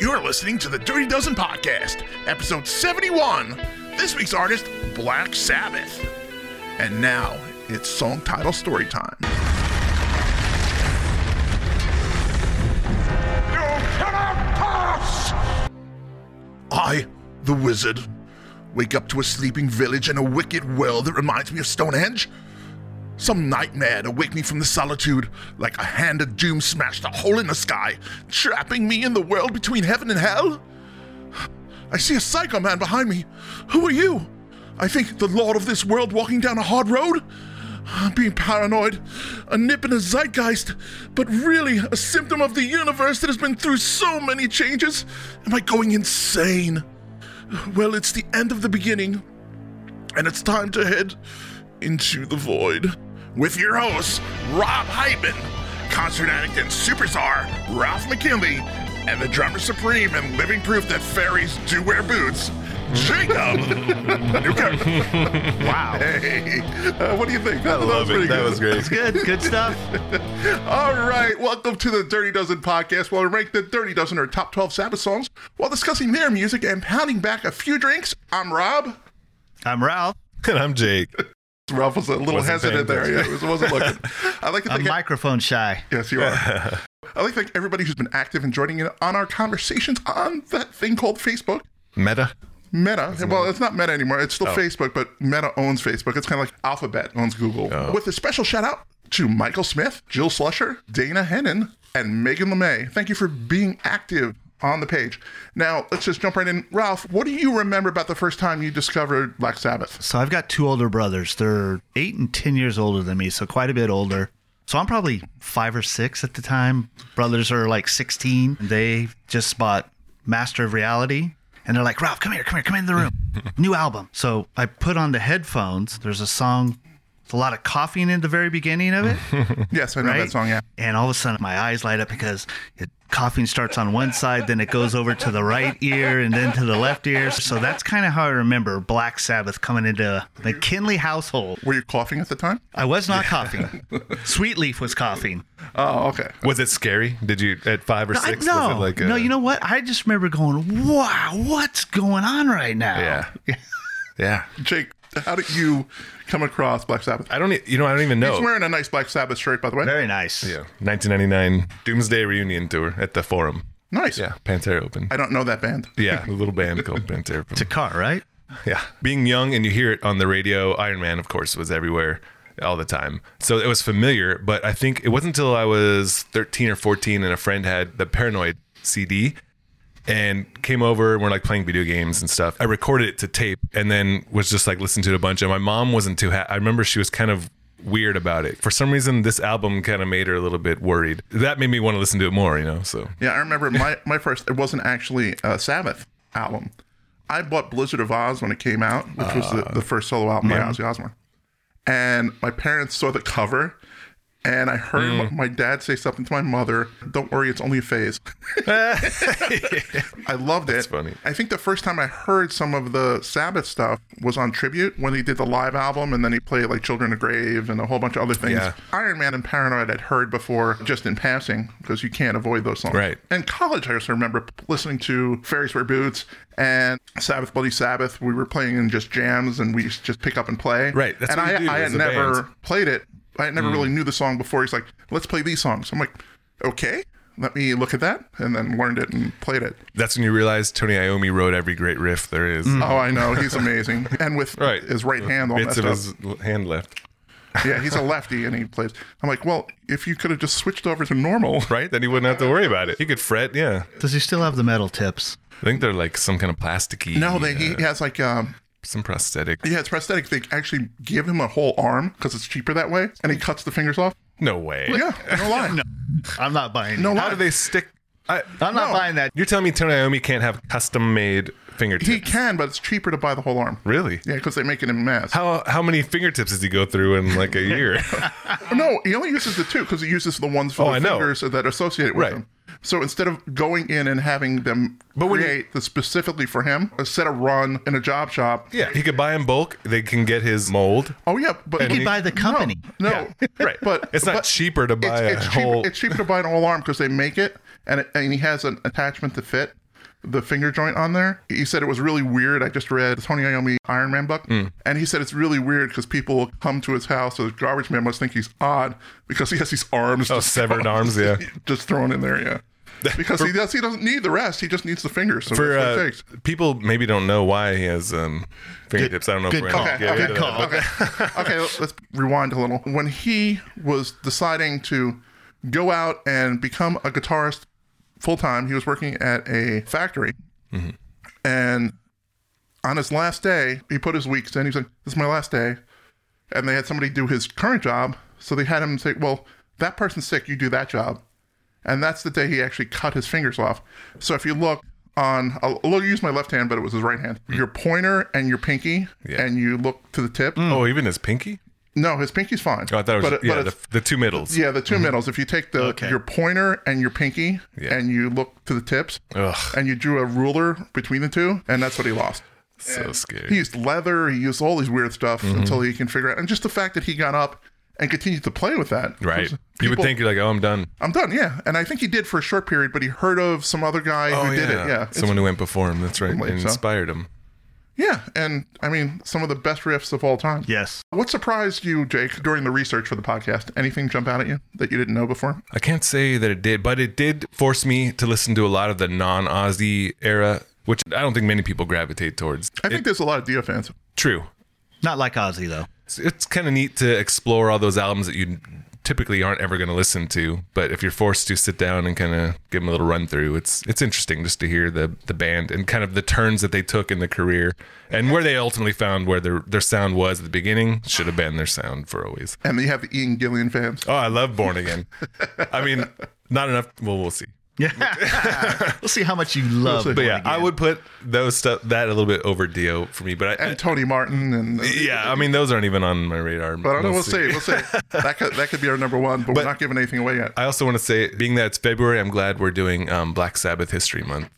You're listening to the Dirty Dozen Podcast, episode 71. This week's artist, Black Sabbath. And now it's song title story time. I, the wizard, wake up to a sleeping village and a wicked well that reminds me of Stonehenge. Some nightmare to wake me from the solitude, like a hand of doom smashed a hole in the sky, trapping me in the world between heaven and hell. I see a psycho man behind me. Who are you? I think the lord of this world walking down a hard road? I'm being paranoid, a nip in a zeitgeist, but really a symptom of the universe that has been through so many changes. Am I going insane? Well, it's the end of the beginning, and it's time to head into the void. With your hosts, Rob Hyman, concert addict and superstar, Ralph McKinley, and the drummer supreme and living proof that fairies do wear boots, Jacob Newcomb. Wow. Hey, uh, what do you think? That, that Love it. That was great. It's good. Good stuff. All right, welcome to the Dirty Dozen podcast, where we rank the Dirty Dozen or top 12 Sabbath songs while discussing their music and pounding back a few drinks. I'm Rob. I'm Ralph. And I'm Jake. Ralph was a little Wasn't paying hesitant there. Yeah, he wasn't looking. I like to I'm thank microphone shy. Yes, you are. I like to thank everybody who's been active and joining in on our conversations on that thing called Facebook. Meta. Meta. well, it's not Meta anymore. It's still Facebook, but Meta owns Facebook. It's kind of like Alphabet owns Google. With a special shout out to Michael Smith, Jill Slusher, Dana Hennon, and Megan LeMay. Thank you for being active on the page. Now, let's just jump right in. Ralph, what do you remember about the first time you discovered Black Sabbath? So I've got two older brothers. They're eight and 10 years older than me, so quite a bit older. So I'm probably five or six at the time. Brothers are like 16. They just bought Master of Reality. And they're like, Ralph, come here, come here, come in the room. New album. So I put on the headphones. There's a song, with a lot of coughing in the very beginning of it. Yes, I know that right? song, yeah. And all of a sudden, my eyes light up because it, coughing starts on one side, then it goes over to the right ear, and then to the left ear. So that's kind of how I remember Black Sabbath coming into McKinley household. Were you coughing at the time? I was not coughing. Sweetleaf was coughing. Oh, okay. Was it scary? Did you at five or I- six? no, was it like a, no, you know what? I just remember going, "Wow, what's going on right now?" Yeah. yeah. Jake, how did you come across Black Sabbath? I don't. e- You know. I don't even He's know. wearing a nice Black Sabbath shirt, by the way. Very nice. Yeah. 1999 Doomsday reunion tour at the Forum. Nice. Yeah. Pantera open. I don't know that band. Yeah. A little band called Pantera. It's a car, right? Yeah. Being young and you hear it on the radio, Iron Man, of course, was everywhere all the time. So it was familiar, but I think it wasn't until I was 13 or 14 and a friend had the Paranoid CD and came over and we're like playing video games and stuff. I recorded it to tape and then was just like listening to it a bunch. And my mom wasn't too happy. I remember she was kind of weird about it. For some reason, this album kind of made her a little bit worried. That made me want to listen to it more, you know? So Yeah, I remember my, my first, it wasn't actually a Sabbath album. I bought Blizzard of Oz when it came out, which was the, Uh, the first solo album by Ozzy Osbourne. And my parents saw the cover, and I heard my, Mm. my dad say something to my mother Don't worry, it's only a phase. I loved it. funny. I think the first time I heard some of the Sabbath stuff was on Tribute when they did the live album, and then he played like Children of Grave and a whole bunch of other things. Yeah. Iron Man and Paranoid I'd heard before just in passing because you can't avoid those songs. Right. In college, I just remember listening to Fairies Wear Boots and Sabbath Bloody Sabbath. We were playing in just jams and we used to just pick up and play. Right, that's and what I, you do I had as a never band. Mm. played it. I had never really knew the song before. He's like, let's play these songs. I'm like, okay, let me look at that. And then learned it and played it. that's when you realize Tony Iommi wrote every great riff there is. Oh, I know. He's amazing. And with Right. his right hand all Bits messed of up. his hand left. Yeah, he's a lefty and he plays. I'm like, well, if you could have just switched over to normal. right? Then he wouldn't have to worry about it. He could fret. Yeah, Does he still have the metal tips? I think they're like some kind of plasticky. No, they, uh, he has like um, some prosthetic. Yeah, it's prosthetic. They actually give him a whole arm because it's cheaper that way, and he cuts the fingers off. No way. Yeah, no lie. no, I'm not buying. no No, lie. How do they stick? I, I'm not buying that. you're telling me Tony Iommi can't have custom-made fingertips? He can, but it's cheaper to buy the whole arm. really? Yeah, because they make it in mass. How how many fingertips does he go through in like a year? No, he only uses the two because he uses the ones for Oh, the I know. fingers that associate it with Right. him. So instead of going in and having them But when you- create the specifically for him, a set of run in a job shop. yeah, he could buy in bulk. They can get his mold. Oh yeah, but He could buy the company. No, Right, But it's not but cheaper to it's, buy a it's cheaper, whole. it's cheaper to buy an all arm because they make it, and it, and he has an attachment to fit. the finger joint on there. He said it was really weird. I just read Tony Iommi Iron Man book, Hmm. and he said it's really weird because people will come to his house. So the garbage man must think he's odd because he has these arms. Oh, just severed arms, yeah. just thrown in there, yeah. Because he does, he doesn't need the rest. He just needs the fingers. So For that's what it uh, takes. people, maybe don't know why he has um, fingertips. I don't know. good if we're call. gonna Okay, get okay, into that, but- okay. okay, let's rewind a little. When he was deciding to go out and become a guitarist full time, he was working at a factory. Mm-hmm. And on his last day, he put his weeks in. He said, This is my last day. And they had somebody do his current job. So they had him say, Well, that person's sick. You do that job. And that's the day he actually cut his fingers off. So if you look on, I'll, I'll use my left hand, but it was his right hand. Your pointer and your pinky, Mm. Yeah. and you look to the tip. Oh, even his pinky? No, his pinky's fine. Oh, I thought it was But yeah, but the, it's- the two middles. yeah, the 2 middles. If you take the Okay. your pointer and your pinky, Yeah. and you look to the tips, Ugh, and you drew a ruler between the two, and that's what he lost. so He scary. used leather. He used all these weird stuff Mm-hmm. until he can figure out. And just the fact that he got up and continued to play with that, Right. Because you would people- think you're like, oh, I'm done. I'm done. Yeah, and I think he did for a short period, but he heard of some other guy Oh, who did it. Yeah, It's- Someone who went before him. That's right. And believe so. inspired him. yeah, and I mean some of the best riffs of all time. Yes. What surprised you, Jake, during the research for the podcast? Anything jump out at you that you didn't know before? I can't say that it did, but it did force me to listen to a lot of the non Aussie era, which I don't think many people gravitate towards. I think there's a lot of Dio fans. True. Not like Ozzy though. It's, it's kind of neat to explore all those albums that you typically aren't ever going to listen to, but if you're forced to sit down and kind of give them a little run through, it's it's interesting just to hear the the band and kind of the turns that they took in the career and where they ultimately found where their their sound was at the beginning should have been their sound for always. And you have the Ian Gillian fans. Oh, I love Born Again. I mean, not enough. Well, we'll see. Yeah. we'll see how much you love. We'll see. Born But yeah, I Again. would put those stuff that a little bit over Dio for me. But I, And Tony Martin and yeah, I mean those aren't even on my radar. But I don't know. We'll see. We'll see. That could that could be our number one, but, we're not giving anything away yet. I also want to say, being that it's February, I'm glad we're doing um, Black Sabbath History Month.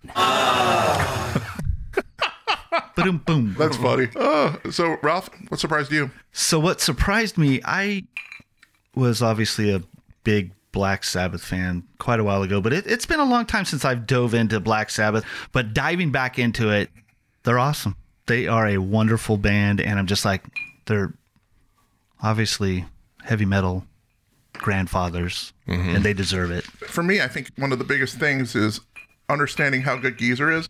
Boom, boom. That's funny. Oh, so Ralph, what surprised you? So what surprised me, I was obviously a big Black Sabbath fan quite a while ago, but it, it's been a long time since I've dove into Black Sabbath. But diving back into it, they're awesome. They are a wonderful band, and I'm just like they're obviously heavy metal grandfathers, and they deserve it. For me, I think one of the biggest things is understanding how good Geezer is.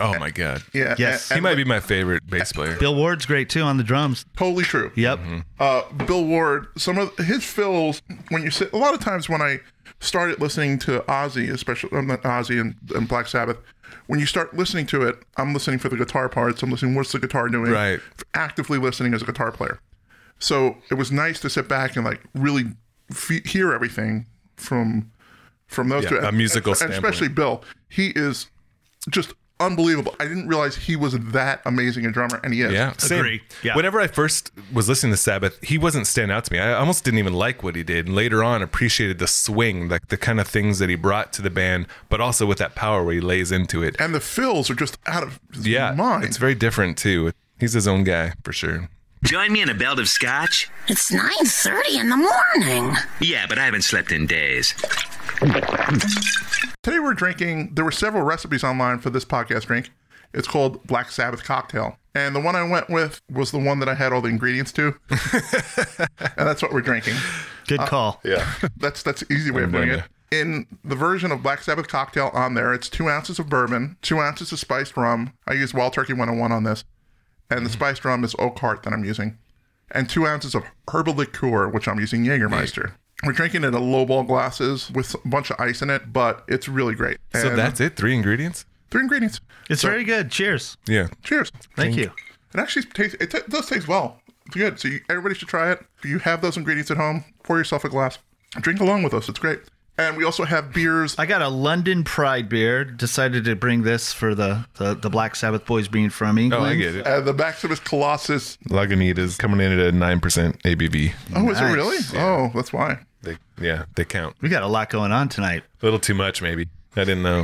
Oh my God, Yeah. Yes. and- he might be my favorite bass player. Bill Ward's great too on the drums. Totally true. Yep. Uh, Bill Ward, some of his fills, when you sit, a lot of times when I started listening to Ozzy, especially um, not Ozzy and, and Black Sabbath, when you start listening to it, I'm listening for the guitar parts. I'm listening, what's the guitar doing? Right. Actively listening as a guitar player. So it was nice to sit back and like really f- hear everything from from those Yeah, two. a musical and, and standpoint. especially Bill. He is just unbelievable. I didn't realize he was that amazing a drummer, and he is. Yeah, same. Agree. Yeah. Whenever I first was listening to Sabbath, he wasn't standing out to me. I almost didn't even like what he did. And later on, appreciated the swing, like the kind of things that he brought to the band, but also with that power where he lays into it. And the fills are just out of his Yeah, mind. it's very different too. He's his own guy for sure. Join me in a belt of scotch? It's 9:30 in the morning. Yeah, but I haven't slept in days. Today we're drinking. There were several recipes online for this podcast drink. It's called Black Sabbath cocktail, and the one I went with was the one that I had all the ingredients to, and that's what we're drinking. Good call. That's that's the easy way of doing it. In the version of Black Sabbath cocktail on there, it's two ounces of bourbon, two ounces of spiced rum. I use Wild Turkey 101 on this, and the Mm-hmm. spiced rum is Oak Heart that I'm using, and two ounces of herbal liqueur, which I'm using Jägermeister. We're drinking it in lowball glasses with a bunch of ice in it, but it's really great. So And that's it. Three ingredients. three ingredients. It's very good. Cheers. Yeah. Cheers. Thank you. It actually tastes. It t- does taste well. It's good. So you, everybody should try it. If you have those ingredients at home, pour yourself a glass. Drink along with us. It's great. And we also have beers. I got a London Pride beer. Decided to bring this for the the, the Black Sabbath boys being from Oh, England. I get it. Uh, the Maximus Colossus. Lagunitas coming in at a nine percent ABV. Oh, is it Nice. really? Oh, that's why. They, yeah, they count. We got a lot going on tonight. A little too much, maybe. I didn't know.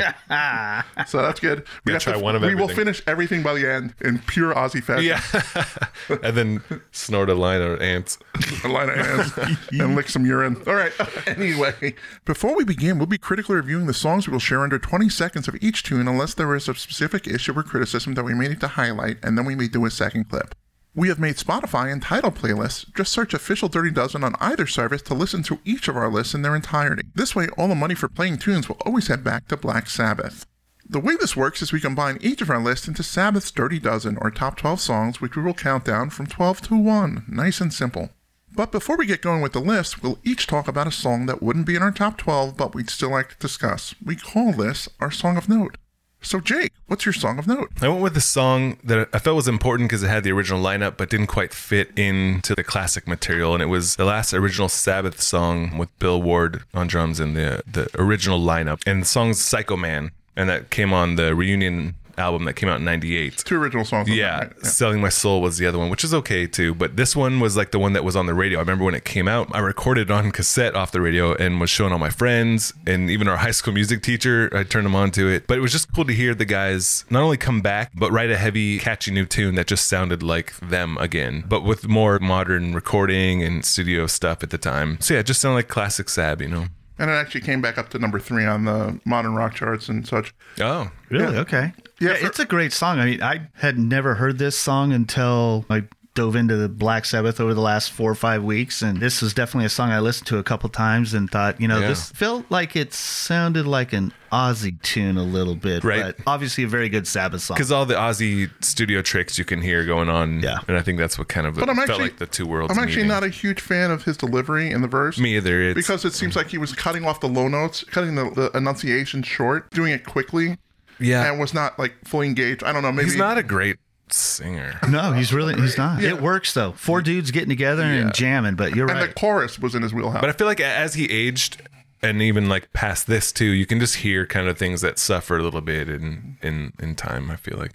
So that's good. We Gotta have to- try one of We will everything. finish everything by the end in pure Aussie fashion. yeah. and then snort a line of ants. a line of hands and lick some urine. All right. Anyway, before we begin, we'll be critically reviewing the songs we will share under 20 seconds of each tune, unless there is a specific issue or criticism that we may need to highlight, and then we may do a second clip. We have made Spotify and title playlists. Just search Official Dirty Dozen on either service to listen to each of our lists in their entirety. This way, all the money for playing tunes will always head back to Black Sabbath. The way this works is we combine each of our lists into Sabbath's Dirty Dozen or top 12 songs, which we will count down from 12 to 1. Nice and simple. But before we get going with the list, we'll each talk about a song that wouldn't be in our top 12, but we'd still like to discuss. We call this our Song of Note. So, Jake, what's your Song of Note? I went with a song that I felt was important because it had the original lineup, but didn't quite fit into the classic material. And it was the last original Sabbath song with Bill Ward on drums in the the original lineup. And the song's Psycho Man, and that came on the reunion album that came out in '98. Two original songs. on Yeah, that, right? Selling My Soul was the other one, which is okay too. But this one was like the one that was on the radio. I remember when it came out, I recorded it on cassette off the radio and was showing all my friends and even our high school music teacher. I turned him on to it. But it was just cool to hear the guys not only come back, but write a heavy, catchy new tune that just sounded like them again, but with more modern recording and studio stuff at the time. So yeah, it just sounded like classic Sab, you know? And it actually came back up to number three on the modern rock charts and such. Oh, Really? Okay. Yeah, Yeah, for- it's a great song. I mean, I had never heard this song until I dove into the Black Sabbath over the last four or five weeks, and this was definitely a song I listened to a couple times and thought, you know, Yeah. this felt like it sounded like an Aussie tune a little bit, Right. But obviously, a very good Sabbath song. because all the Aussie studio tricks you can hear going on. Yeah. And I think that's what kind of But I'm felt actually, like the two worlds. I'm actually meeting. not a huge fan of his delivery in the verse. me either. It's, because it seems like he was cutting off the low notes, cutting the, the enunciation short, doing it quickly, Yeah. and was not like fully engaged. I don't know. Maybe Uh, He's not a great singer. no, he's really he's not. It works though. Four dudes getting together and jamming, but you're and right. the chorus was in his wheelhouse. But I feel like as he aged and even like past this too, you can just hear kind of things that suffer a little bit in in in time, I feel like.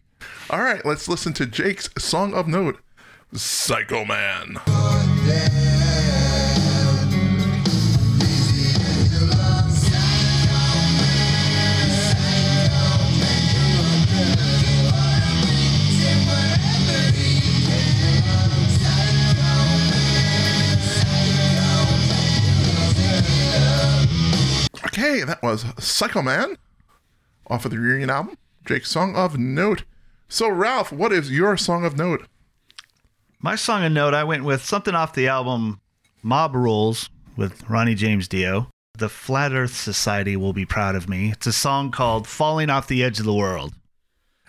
All right, let's listen to Jake's song of note, Psycho Man. Okay, that was Psycho Man off of the reunion album, Jake's song of note. So, Ralph, what is your song of note? My song and note, I went with something off the album Mob Rules with Ronnie James Dio. The Flat Earth Society will be proud of me. It's a song called Falling Off the Edge of the World.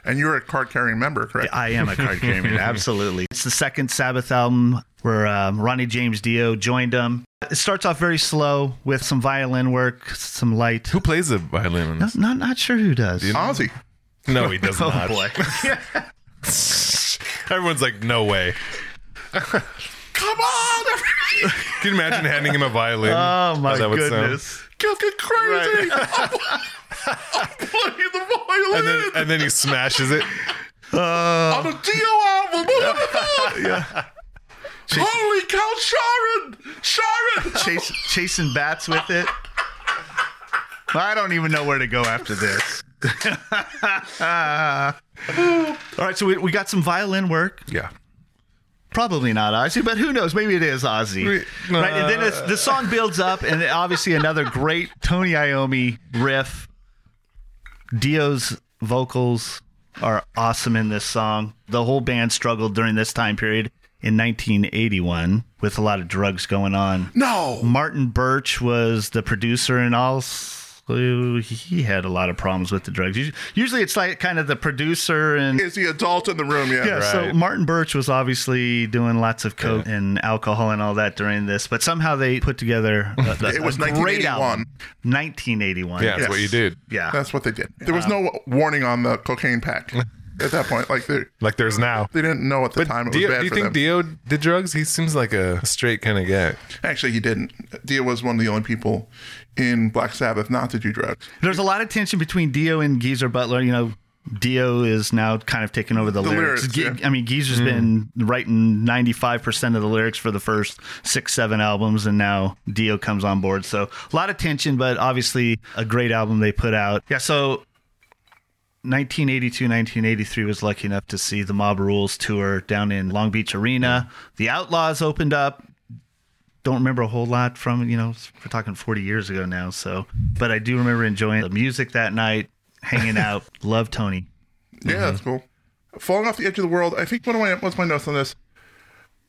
And you're a card carrying member, correct? I am a card gamer, absolutely. It's the second Sabbath album where um, Ronnie James Dio joined them. It starts off very slow with some violin work, some light. Who plays the violin? No, not, not sure who does. Ozzy. No, he does Oh not. boy. Everyone's like, no way. Come on, Can you imagine handing him a violin? Oh my That would sound- goodness. get, get crazy. I'm, I'm playing the violin And then, and then he smashes it. on a Dio album. Holy cow, Sharon! Sharon! Chase, chasing bats with it. I don't even know where to go after this. All right, so we, we got some violin work. Yeah. Probably not Ozzy, but who knows? Maybe it is Ozzy. We- right, and then it's, the song builds up, and then obviously another great Tony Iommi riff. Dio's vocals are awesome in this song. The whole band struggled during this time period in 1981 with a lot of drugs going on. No! Martin Birch was the producer, and also he had a lot of problems with the drugs. Us- Usually, it's like kind of the producer and. Is the adult in the room? Yeah. yeah, so Martin Birch was obviously doing lots of coke and alcohol and all that during this, but somehow they put together a, a- It was a great 1981. album. 1981. Yeah, that's Yes. what you did. Yeah. That's what they did. There was no warning on the cocaine pack at that point. Like they, Like there's now. they didn't know at the time it was Dio- bad do you for think them. Dio did drugs? He seems like a straight kind of guy. Actually, he didn't. Dio was one of the only people in Black Sabbath not to do drugs. There's a lot of tension between Dio and Geezer Butler. You know, Dio is now kind of taking over the, The lyrics. lyrics, Ge- yeah. I mean, Geezer's been writing 95% of the lyrics for the first six, seven albums, and now Dio comes on board. So a lot of tension, but obviously a great album they put out. Yeah, so 1982, 1983 was lucky enough to see the Mob Rules tour down in Long Beach Arena. The Outlaws opened up. Don't remember a whole lot from, you know, we're talking 40 years ago now. So, but I do remember enjoying the music that night, hanging out. Love Tony. Mm-hmm. Yeah, that's cool. Falling off the edge of the world. I think one of my what's my notes on this.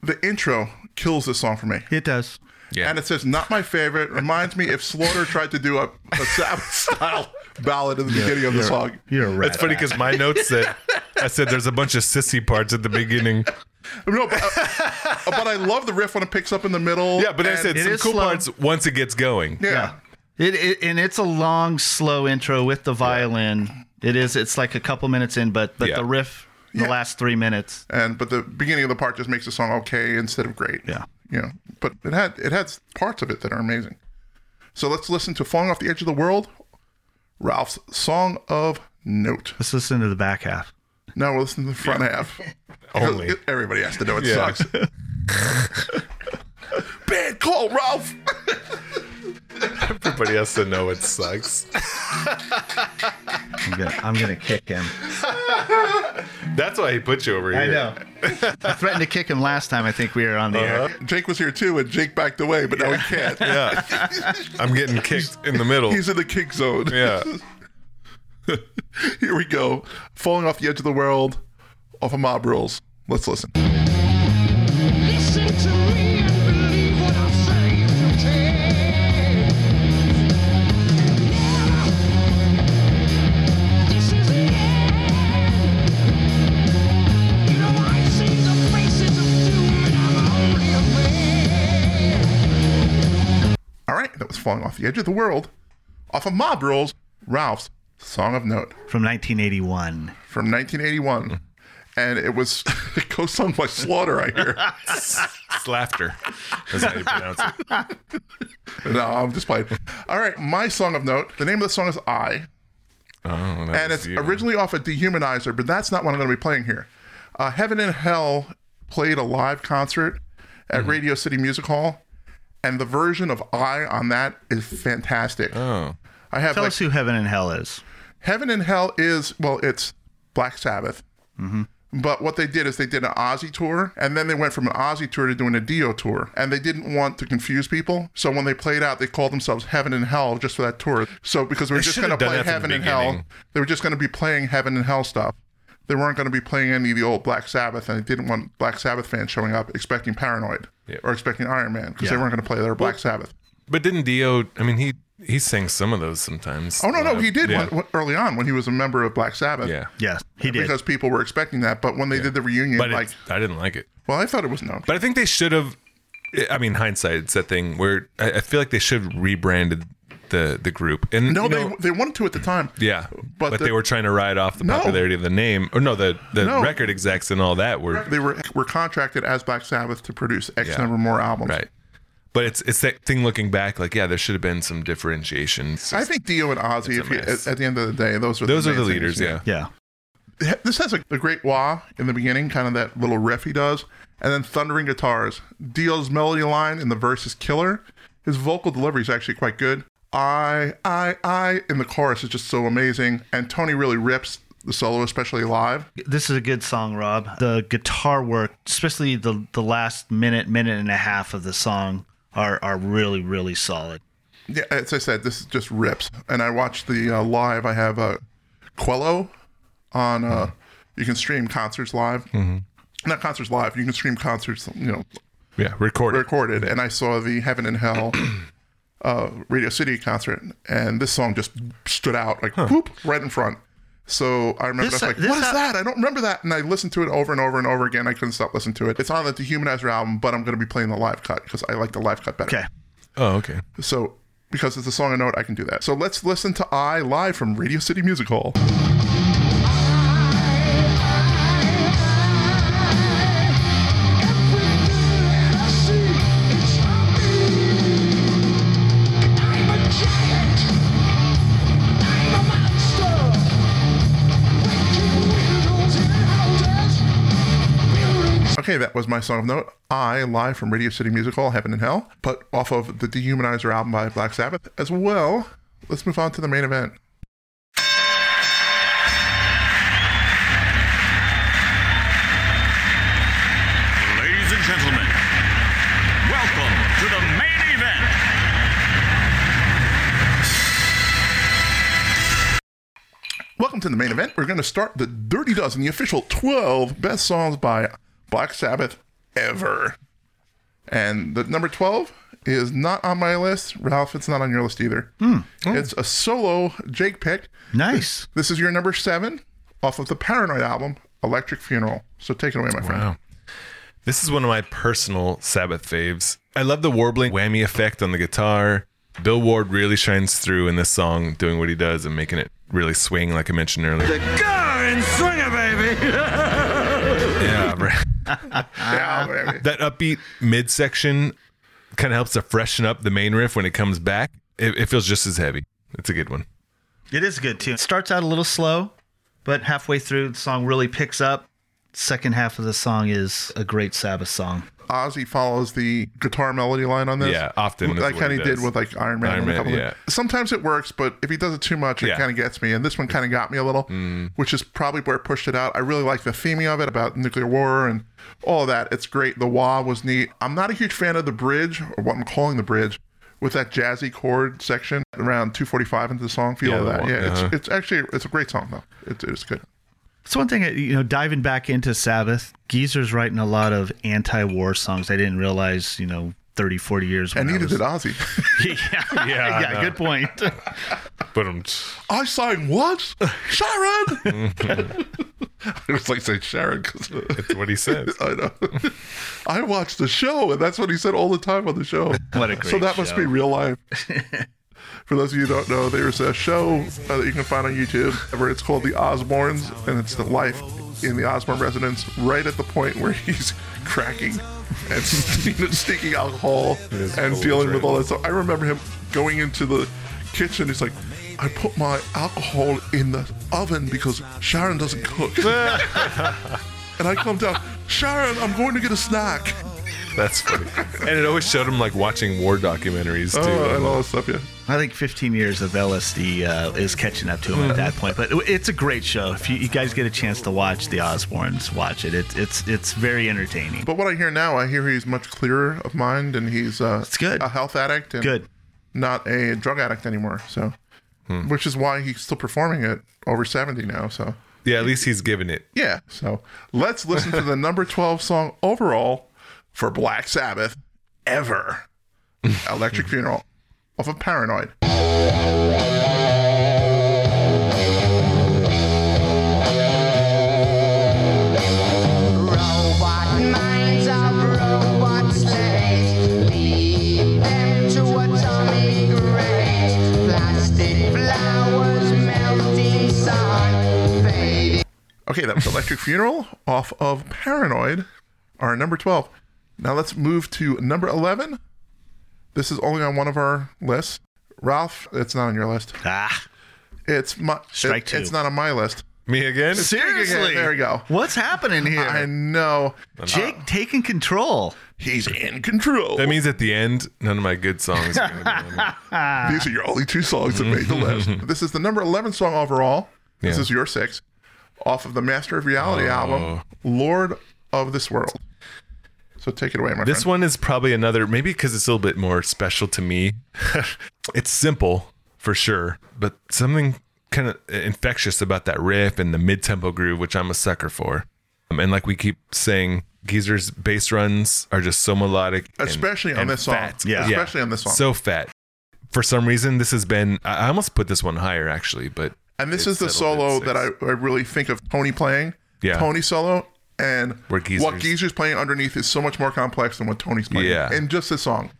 The intro kills this song for me, It does. Yeah. and it says "not my favorite." Reminds me if Slaughter tried to do a, a Sabbath style ballad in the beginning of the song. You're right. It's funny because my notes said I said there's a bunch of sissy parts at the beginning. No, but, uh, but I love the riff when it picks up in the middle. Yeah, but I and- said It some is cool slow. parts once it gets going. yeah. Yeah. It, it and it's a long, slow intro with the violin. It is. It's like a couple minutes in, but but Yeah. the riff, the Yeah. last three minutes. and but the beginning of the part just makes the song okay instead of great. Yeah. you know, but it had it had parts of it that are amazing. So let's listen to "Falling Off the Edge of the World," Ralph's song of note. Let's listen to the back half. Now we'll listen to the front half. Only. everybody has to know it Yeah. sucks. Bad call, Ralph. Everybody has to know it sucks. I'm gonna, I'm gonna kick him. That's why he put you over here. I know. I threatened to kick him last time. I think we were on the air. Jake was here too, and Jake backed away, but now he can't. Yeah. I'm getting kicked in the middle. He's in the kick zone. Yeah. Here we go. Falling off the edge of the world, off of Mob Rules. Let's listen. Listen to me and believe what I say if you can. This is the end. You know I see the faces of doom and I'm only a man. All right, that was Falling Off the Edge of the World, off of Mob Rules, Ralph's Song of Note From 1981. from 1981. And it was co sung by Slaughter, I hear. It's laughter. That's how you pronounce it. No, I'm just playing. All right, my song of note. The name of the song is I, Oh, and it's originally off of Dehumanizer, but that's not what I'm going to be playing here. Uh, Heaven and Hell played a live concert at Radio City Music Hall, and the version of I on that is fantastic. Oh. I have Tell like, us who Heaven and Hell is. Heaven and Hell is well, it's Black Sabbath. Mm-hmm. But what they did is they did an Ozzy tour, and then they went from an Ozzy tour to doing a Dio tour, and they didn't want to confuse people. So when they played out, they called themselves Heaven and Hell just for that tour. So because they were They just should going to have done play that from Heaven the and Hell, beginning. they were just going to be playing Heaven and Hell stuff. They weren't going to be playing any of the old Black Sabbath, and they didn't want Black Sabbath fans showing up expecting Paranoid Yeah. or expecting Iron Man because they Yeah. weren't going to play their Black Sabbath. But didn't Dio? I mean, he he sang some of those sometimes. Oh no, no, he did Yeah. when- when- early on when he was a member of Black Sabbath. yeah. Yes, he did. because people were expecting that. But when they did the reunion, But like, it, I didn't like it. well, I thought it was known. But I think they should have. I mean, hindsight, it's that thing where I, I feel like they should have rebranded the the group. And no, you they know- they wanted to at the time. yeah, but but, the- they were trying to ride off the No. popularity of the name, or no, the the No. record execs and all that were They were were contracted as Black Sabbath to produce X Yeah. number more albums. right. But it's it's that thing looking back, like yeah, there should have been some differentiation. It's I just- think Dio and Ozzy, It's a if you, mess. at, at the end of the day, those are those are main the things, leaders. Yeah. yeah. yeah. This has a, a great wah in the beginning, kind of that little riff he does, and then thundering guitars. Dio's melody line in the verse is killer. His vocal delivery is actually quite good. I I I in the chorus is just so amazing, and Tony really rips the solo, especially live. This is a good song, Rob. The guitar work, especially the the last minute, minute and a half of the song, are are really really solid. Yeah, as I said, this just rips. And I watched the uh, live. I have uh, Quello on. Uh, You can stream concerts live. Not concerts live. You can stream concerts. You know, yeah, recorded. recorded. And I saw the Heaven and Hell uh, Radio City concert, and this song just stood out like whoop right in front. So I remember This- uh, I was like, this "What is al- that? I don't remember that." And I listened to it over and over and over again. I couldn't stop listening to it. It's on the Dehumanizer album, but I'm going to be playing the live cut because I like the live cut better. Okay. oh, okay. So because it's a song I note, I can do that. So let's listen to I live from Radio City Music Hall. I'm a giant. I'm a monster. Wake Okay, that was my song of note. I, live from Radio City Music Hall, Heaven and Hell, but off of the Dehumanizer album by Black Sabbath as well. Let's move on to the main event. Ladies and gentlemen, welcome to the main event. Welcome to the main event. We're going to start the Dirty Dozen, the official 12 best songs by Black Sabbath ever. And the number 12 is not on my list. Ralph, it's not on your list either. It's a solo Jake pick. Nice. This is your number seven off of the Paranoid album, Electric Funeral. So take it away, my friend. Wow. This is one of my personal Sabbath faves. I love the warbling whammy effect on the guitar. Bill Ward really shines through in this song, doing what he does and making it really swing, like I mentioned earlier. yeah, right. Yeah, baby. that upbeat mid section kind of helps to freshen up the main riff when it comes back. It, it feels just as heavy. It's a good one. It is good too. It starts out a little slow, but halfway through the song really picks up. Second half of the song is a great Sabbath song. Ozzy follows the guitar melody line on this. Yeah, often is Like what kind he of did does. with like Iron Man. Iron and a Man, couple of- yeah. Sometimes it works, but if he does it too much, it Yeah. Mm. kind of gets me. And this one kind of got me a little, which is probably where it pushed it out. I really like the theming of it about nuclear war and all that. It's great. The wah was neat. I'm not a huge fan of the bridge or what I'm calling the bridge. With that jazzy chord section around 245 into the song, feel Yeah, of the that. wah- yeah, uh-huh. it's, it's actually it's a great song though. It's it's good. It's one thing, uh, you know, diving back into Sabbath, Geezer's writing a lot of anti war songs I didn't realize, you know, 30, 40 years when And I neither was- did Ozzy. yeah, yeah, Yeah, I know. good point. But um, I sang what? Sharon! I was like saying Sharon because that's what he says. I know. I watched the show, and that's what he said all the time on the show. What a great so that must be show. real life. For those of you who don't know, there's a show uh, that you can find on YouTube where it's called The Osbournes, and it's the life in the Osbourne residence right at the point where he's cracking and sneaking alcohol and dealing with all that stuff. I remember him going into the kitchen. He's like, I put my alcohol in the oven because Sharon doesn't cook. and I come down, Sharon, I'm going to get a snack. That's funny. And it always showed him like watching war documentaries too. Oh, and all that stuff, yeah. I think 15 years of LSD uh, is catching up to him at that point. But it- it's a great show. If you, you guys get a chance to watch The Osbournes, watch it. It's it's it's very entertaining. But what I hear now, I hear he's much clearer of mind, and he's uh, It's good. a health addict and Good. not a drug addict anymore. So, Hmm. which is why he's still performing at over seventy now. So, Yeah, at least he's giving it. yeah. So let's listen to the number twelve song overall for Black Sabbath ever, "Electric Funeral," off of Paranoid. Robot minds of robot slaves lead them to atomic graves. Plastic flowers melting sun fading. Okay, that was Electric Funeral off of Paranoid, our number 12. Now let's move to number 11. This is only on one of our lists. Ralph, it's not on your list. Ah, It's my Strike it- two. It's not on my list. Me again? seriously. There we go. What's happening here? I know. Jake taking control. He's in control. That means at the end, none of my good songs are going to be on there. These are your only two songs that made the list. This is the number 11 song overall. This Yeah. is your six off of the Master of Reality album, Oh. Lord of this World. So take it away, my This friend. one is probably another, maybe because it's a little bit more special to me. it's simple for sure, but something kind of infectious about that riff and the mid tempo groove, which I'm a sucker for. Um, and like we keep saying, Geezer's bass runs are just so melodic. and- Especially on and this song. fat. Yeah. Especially on this song. So fat. For some reason, this has been, I I almost put this one higher actually, but. And this it is the settled at solo that I, six. I really think of Tony playing. Yeah. Tony solo and Where Geezer's- what Geezer's playing underneath is so much more complex than what Tony's playing. Yeah. And just this song.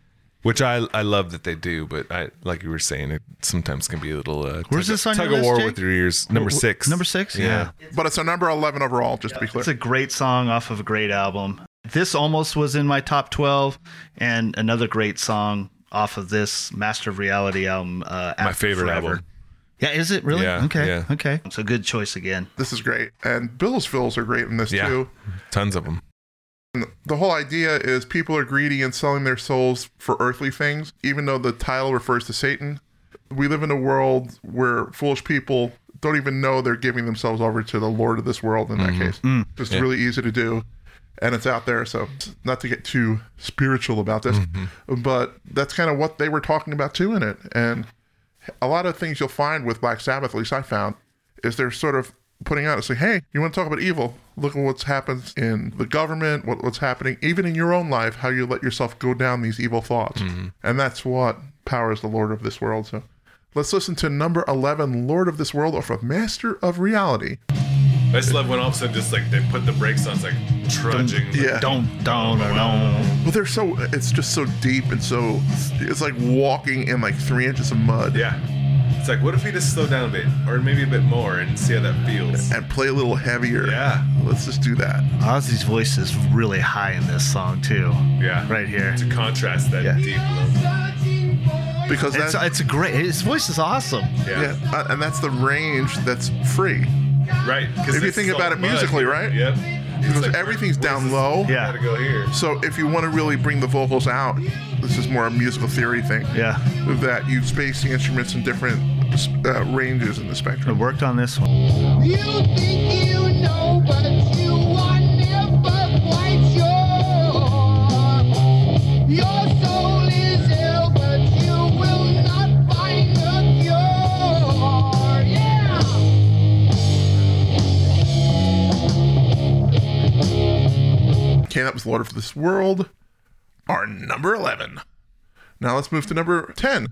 Which I I love that they do, but I like you were saying, it sometimes can be a little uh, Where's tug, this on tug of your list, war Jake? with your ears. Number Wh- wh- six. Number six? Yeah. But it's a number 11 overall, just to be clear. It's a great song off of a great album. This almost was in my top 12, and another great song off of this Master of Reality album. Uh, My After favorite Forever. album. Yeah, is it really? Yeah, okay. yeah. Okay. So good choice again. this is great. And Bill's fills are great in this Yeah. too. Tons of them. The whole idea is people are greedy and selling their souls for earthly things, even though the title refers to Satan. We live in a world where foolish people don't even know they're giving themselves over to the Lord of this world in that case. It's really easy to do. And it's out there, so not to get too spiritual about this, but that's kind of what they were talking about too in it. And a lot of things you'll find with Black Sabbath, at least I found, is they're sort of putting out, it's like, hey, you want to talk about evil? Look at what's happened in the government, what, what's happening, even in your own life, how you let yourself go down these evil thoughts. Mm-hmm. And that's what powers the Lord of this world. So let's listen to number 11, Lord of this world, off of Master of Reality. I just love when all of a sudden just like they put the brakes on, it's like trudging. Yeah. Don't, don't, or don't. Well, they're so, it's just so deep and so, it's like walking in like three inches of mud. Yeah. It's like, what if we just slow down a bit, or maybe a bit more, and see how that feels? And play a little heavier. Yeah. Let's just do that. Ozzy's voice is really high in this song too. Yeah. right here. To contrast that Yeah. deep low. Because It's that's, it's a great. His voice is awesome. yeah. Yeah. uh, and that's the range that's free. Right. If you think about it musically, right? Yep. Because everything's down low. Yeah. Gotta go here. So if you want to really bring the vocals out, this is more a musical theory thing. Yeah, That you space the instruments in different uh, ranges in the it spectrum. worked on this one. You think you know, but you are never quite sure. Your soul is ill, but you will not find a cure. Yeah. Came up with Lord of this World, our number 11. Now let's move to number 10.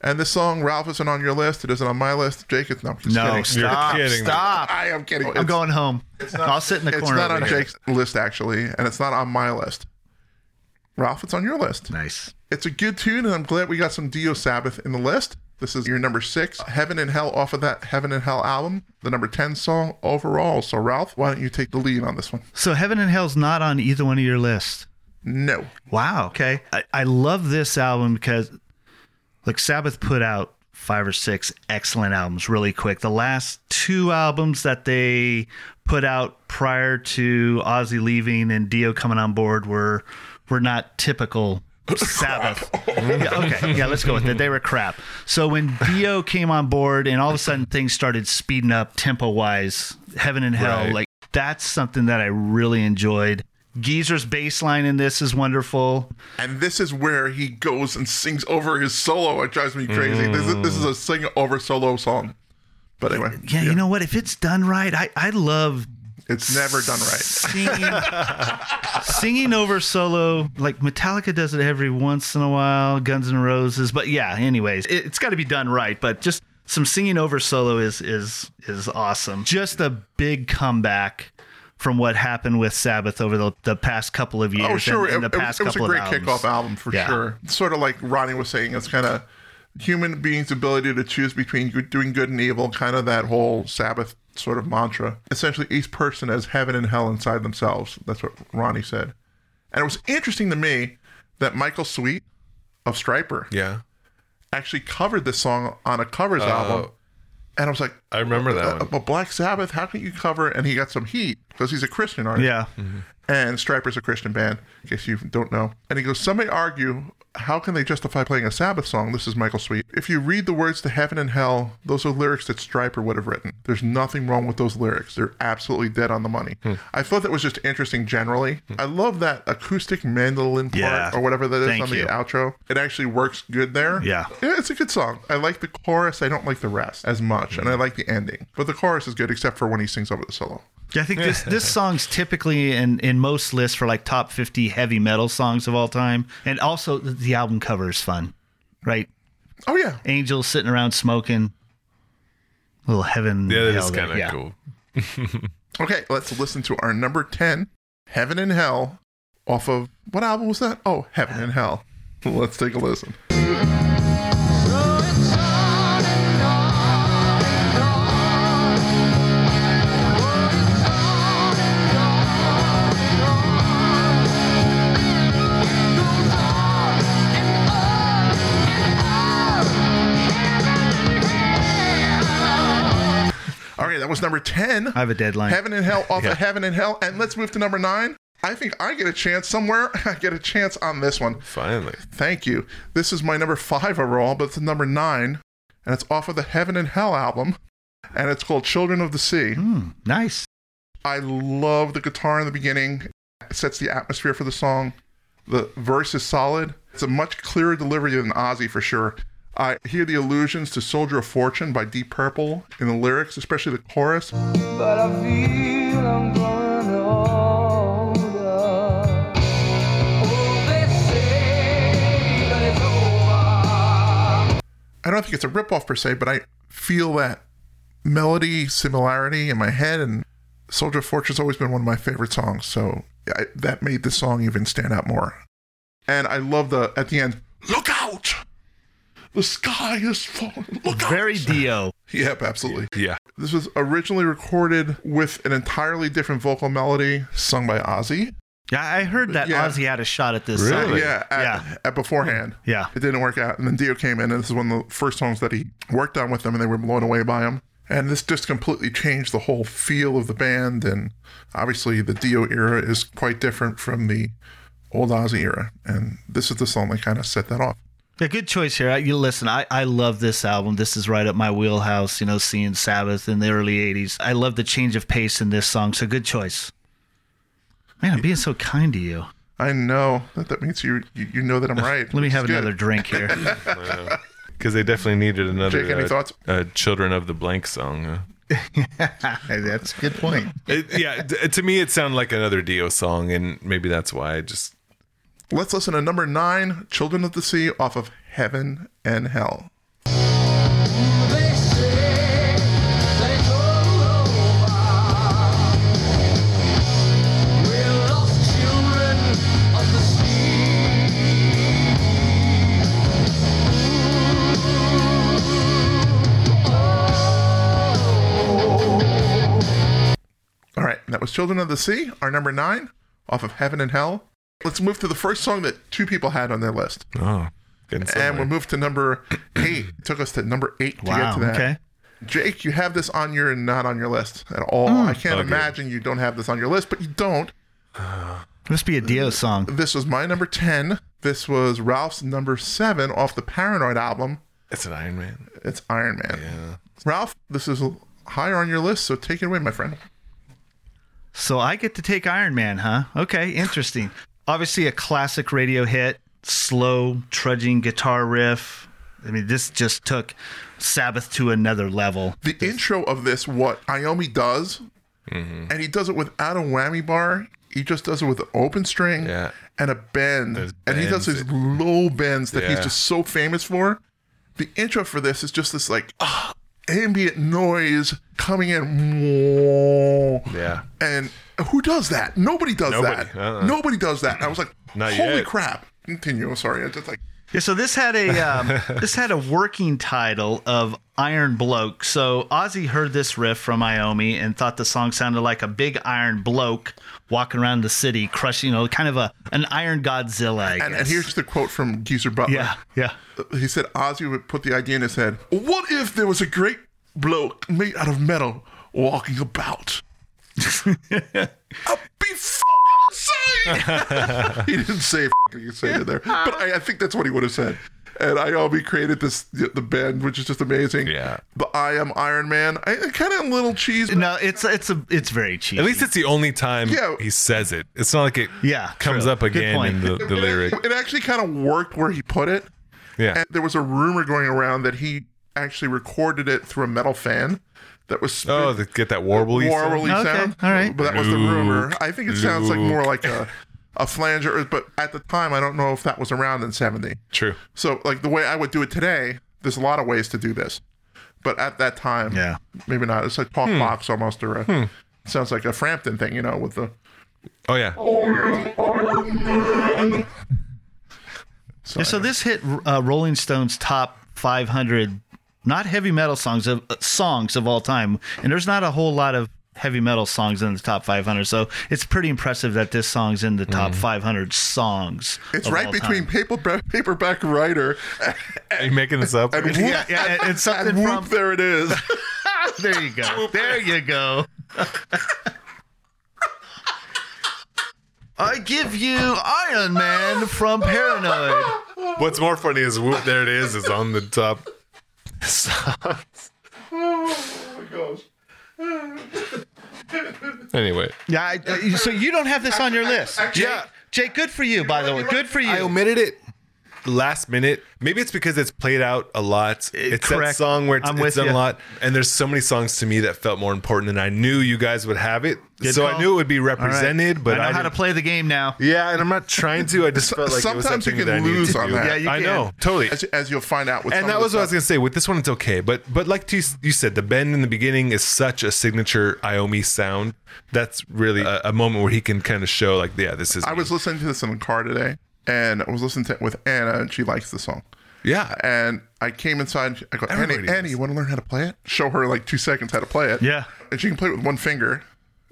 And this song, Ralph, isn't on your list. It isn't on my list. Jake, it's not. just No, kidding. stop, kidding me. stop. I am kidding. I'm going home. I'll sit in the It's corner. not over on here. Jake's list, actually, and it's not on my list. Ralph, it's on your list. Nice. It's a good tune, and I'm glad we got some Dio Sabbath in the list. This is your number six, Heaven and Hell, off of that Heaven and Hell album, the number 10 song overall. So, Ralph, why don't you take the lead on this one? So heaven and hell's not on either one of your lists. No. Wow. Okay. I, I love this album because, like, Sabbath put out five or six excellent albums really quick. The last two albums that they put out prior to Ozzy leaving and Dio coming on board were were not typical Sabbath. yeah, okay. Yeah, let's go with it. They were crap. So when Dio came on board and all of a sudden things started speeding up tempo wise, Heaven and Hell, Right. like that's something that I really enjoyed. Geezer's bass line in this is wonderful. And this is where he goes and sings over his solo. It drives me crazy. This, is, this is a sing over solo song. But anyway, Yeah, you know what? If it's done right, I, I love it's never done right. singing, singing over solo. Like Metallica does it every once in a while, Guns N' Roses. But yeah, anyways, it, it's got to be done right. But just some singing over solo is is is awesome. Just a big comeback from what happened with Sabbath over the, the past couple of years. Oh, sure. and- and it, the it- past it was a couple great of albums. kickoff album for Yeah. sure. Sort of like Ronnie was saying, it's kind of human beings' ability to choose between good- doing good and evil, kind of that whole Sabbath sort of mantra. Essentially, each person has heaven and hell inside themselves. That's what Ronnie said. And it was interesting to me that Michael Sweet of Striper Yeah. actually covered this song on a covers Uh, album. And I was like, I remember that uh, one. but Black Sabbath, how can you cover? And he got some heat because he's a Christian artist Yeah. and Striper's a Christian band, in case you don't know. And he goes, Some may argue, how can they justify playing a Sabbath song? This is Michael Sweet. If you read the words to heaven and hell, those are lyrics that Striper would have written. There's nothing wrong with those lyrics. They're absolutely dead on the money. Hmm. I thought that was just interesting generally. I love that acoustic mandolin part Yeah. or whatever that is Thank on the you. outro. It actually works good there. Yeah. Yeah, it's a good song. I like the chorus. I don't like the rest as much. Hmm. And I like the ending. But the chorus is good except for when he sings over the solo. Yeah, I think this this song's typically in in most lists for like top fifty heavy metal songs of all time, and also the- the album cover is fun, right? Oh, yeah. Angels sitting around smoking, little heaven. Yeah, that hell is there. kind of Yeah. cool. Okay, let's listen to our number 10, Heaven and Hell, off of what album was that? Oh, Heaven and Hell. Let's take a listen. All right, that was number 10. I have a deadline. Heaven and Hell off Yeah. of Heaven and Hell. And let's move to number nine. I think I get a chance somewhere. I get a chance on this one. Finally. Thank you. This is my number five overall, but it's number nine, and it's off of the Heaven and Hell album, and it's called Children of the Sea. Hmm, nice. I love the guitar in the beginning. It sets the atmosphere for the song. The verse is solid. It's a much clearer delivery than Ozzy for sure. I hear the allusions to Soldier of Fortune by Deep Purple in the lyrics, especially the chorus. But I feel I'm growing older. Oh, they say that it's over. I don't think it's a ripoff per se, but I feel that melody similarity in my head. And Soldier of Fortune's always been one of my favorite songs, so I, that made the song even stand out more. And I love the at the end, look out! The sky is falling. Look out! Very Dio. Yep, absolutely. Yeah. This was originally recorded with an entirely different vocal melody sung by Ozzy. Yeah, I heard that Yeah. Ozzy had a shot at this. Really? song. Yeah, at, Yeah. at beforehand. Yeah. It didn't work out. And then Dio came in, and this is one of the first songs that he worked on with them, and they were blown away by him. And this just completely changed the whole feel of the band. And obviously, the Dio era is quite different from the old Ozzy era. And this is the song that kind of set that off. Yeah, good choice here. I, you listen, I, I love this album. This is right up my wheelhouse, you know, seeing Sabbath in the early 80s. I love the change of pace in this song, so good choice. Man, I'm being so kind to you. I know that that means you you, you know that I'm right. Let me which have is good. another drink here. Because they definitely needed another Jake, any uh, thoughts? uh, Children of the Blank song. uh. That's a good point. It- yeah, d- to me, it sounded like another Dio song, and maybe that's why I just. Let's listen to number nine, Children of the Sea, off of Heaven and Hell. They say that it's all over. We're lost children of the sea. All right, that was Children of the Sea, our number nine, off of Heaven and Hell. Let's move to the first song that two people had on their list. Oh. Getting And we'll somewhere. move to number eight. It took us to number eight to get Wow. to that. Okay. Jake, you have this on your not on your list at all. Hmm. I can't Okay. imagine you don't have this on your list, but you don't. Must be a Dio song. This was my number 10. This was Ralph's number seven off the Paranoid album. it's an Iron Man. It's Iron Man. Ralph, this is higher on your list, so take it away, my friend. So I get to take Iron Man, huh? Okay, interesting. Obviously, a classic radio hit, slow, trudging guitar riff. I mean, this just took Sabbath to another level. the intro of this what Iomi does, Mm-hmm. and he does it without a whammy bar. He just does it with an open string Yeah. and a bend, Those and he does bends. his low bends that he's Yeah. just so famous for. The intro for this is just this like ah, ambient noise coming in. Yeah. And who does that? Nobody does Nobody. that. Uh-uh. Nobody does that. And I was like, Not holy yet. crap! Continue. I'm Sorry, I just like Yeah, so this had a um, this had a working title of Iron Bloke. So Ozzy heard this riff from Iomi and thought the song sounded like a big iron bloke walking around the city, crushing, you know, kind of a an iron Godzilla. I And, guess. and here's the quote from Geezer Butler. yeah, yeah. he said Ozzy would put the idea in his head. What if there was a great bloke made out of metal walking about? I'll be f***ing insane. he didn't say f***ing insane in there, but I, I think that's what he would have said. And IOMI created this the band, which is just amazing. Yeah. the I am Iron Man. I, kind of a little cheese. No, it's it's a it's very cheap. At least it's the only time Yeah. he says it. It's not like it Yeah, comes true. up Good again point. in the, the lyric. It actually kind of worked where he put it. Yeah. And there was a rumor going around that he actually recorded it through a metal fan that was spin- oh, they get that warble you said? warbley Okay, sound. all right. But that was the rumor. Luke, I think it sounds like Luke. more like a, a flanger, but at the time, I don't know if that was around in 70. True. So, like, the way I would do it today, there's a lot of ways to do this. But at that time, Yeah. maybe not. It's like talk Hmm. box almost, or a, sounds like a Frampton thing, you know, with the. Oh, yeah. Yeah, so this hit uh, Rolling Stone's top 500 not heavy metal songs of uh, songs of all time, and there's not a whole lot of heavy metal songs in the top 500. So it's pretty impressive that this song's in the top 500 songs. It's of right all between time. paper, paperback writer Are you making this up? and whoop, Yeah, yeah, and- and something and whoop from- there it is. There you go. There you go. I give you Iron Man from Paranoid. What's more funny is whoop, there it is. It's on the top. anyway, Yeah, I, uh, so you don't have this on your list. Jay, Yeah. Jay, good for you, by the way. Good for you. I omitted it last minute. Maybe it's because it's played out a lot. it's that correct. song where it's, I'm it's with done a ya. lot. And there's so many songs to me that felt more important than I knew you guys would have it. Good so I call. knew it would be All right. represented, but I know I, how to didn't- play the game now. Yeah, and I'm not trying to. I just felt like it was Sometimes that you thing can that I needed lose to on do. that. Yeah, you I can. know totally. As, as you'll find out with and some that of was the what I was gonna say. With this one, it's okay, but but like you, you said, the bend in the beginning is such a signature Iomi sound. That's really a, a moment where he can kind of show, like, yeah, this is. I me. was listening to this in the car today, and I was listening to it with Anna, and she likes the song. yeah, And I came inside. I go, Annie, Everybody Annie, does. you want to learn how to play it? Show her like two seconds how to play it. Yeah. and she can play it with one finger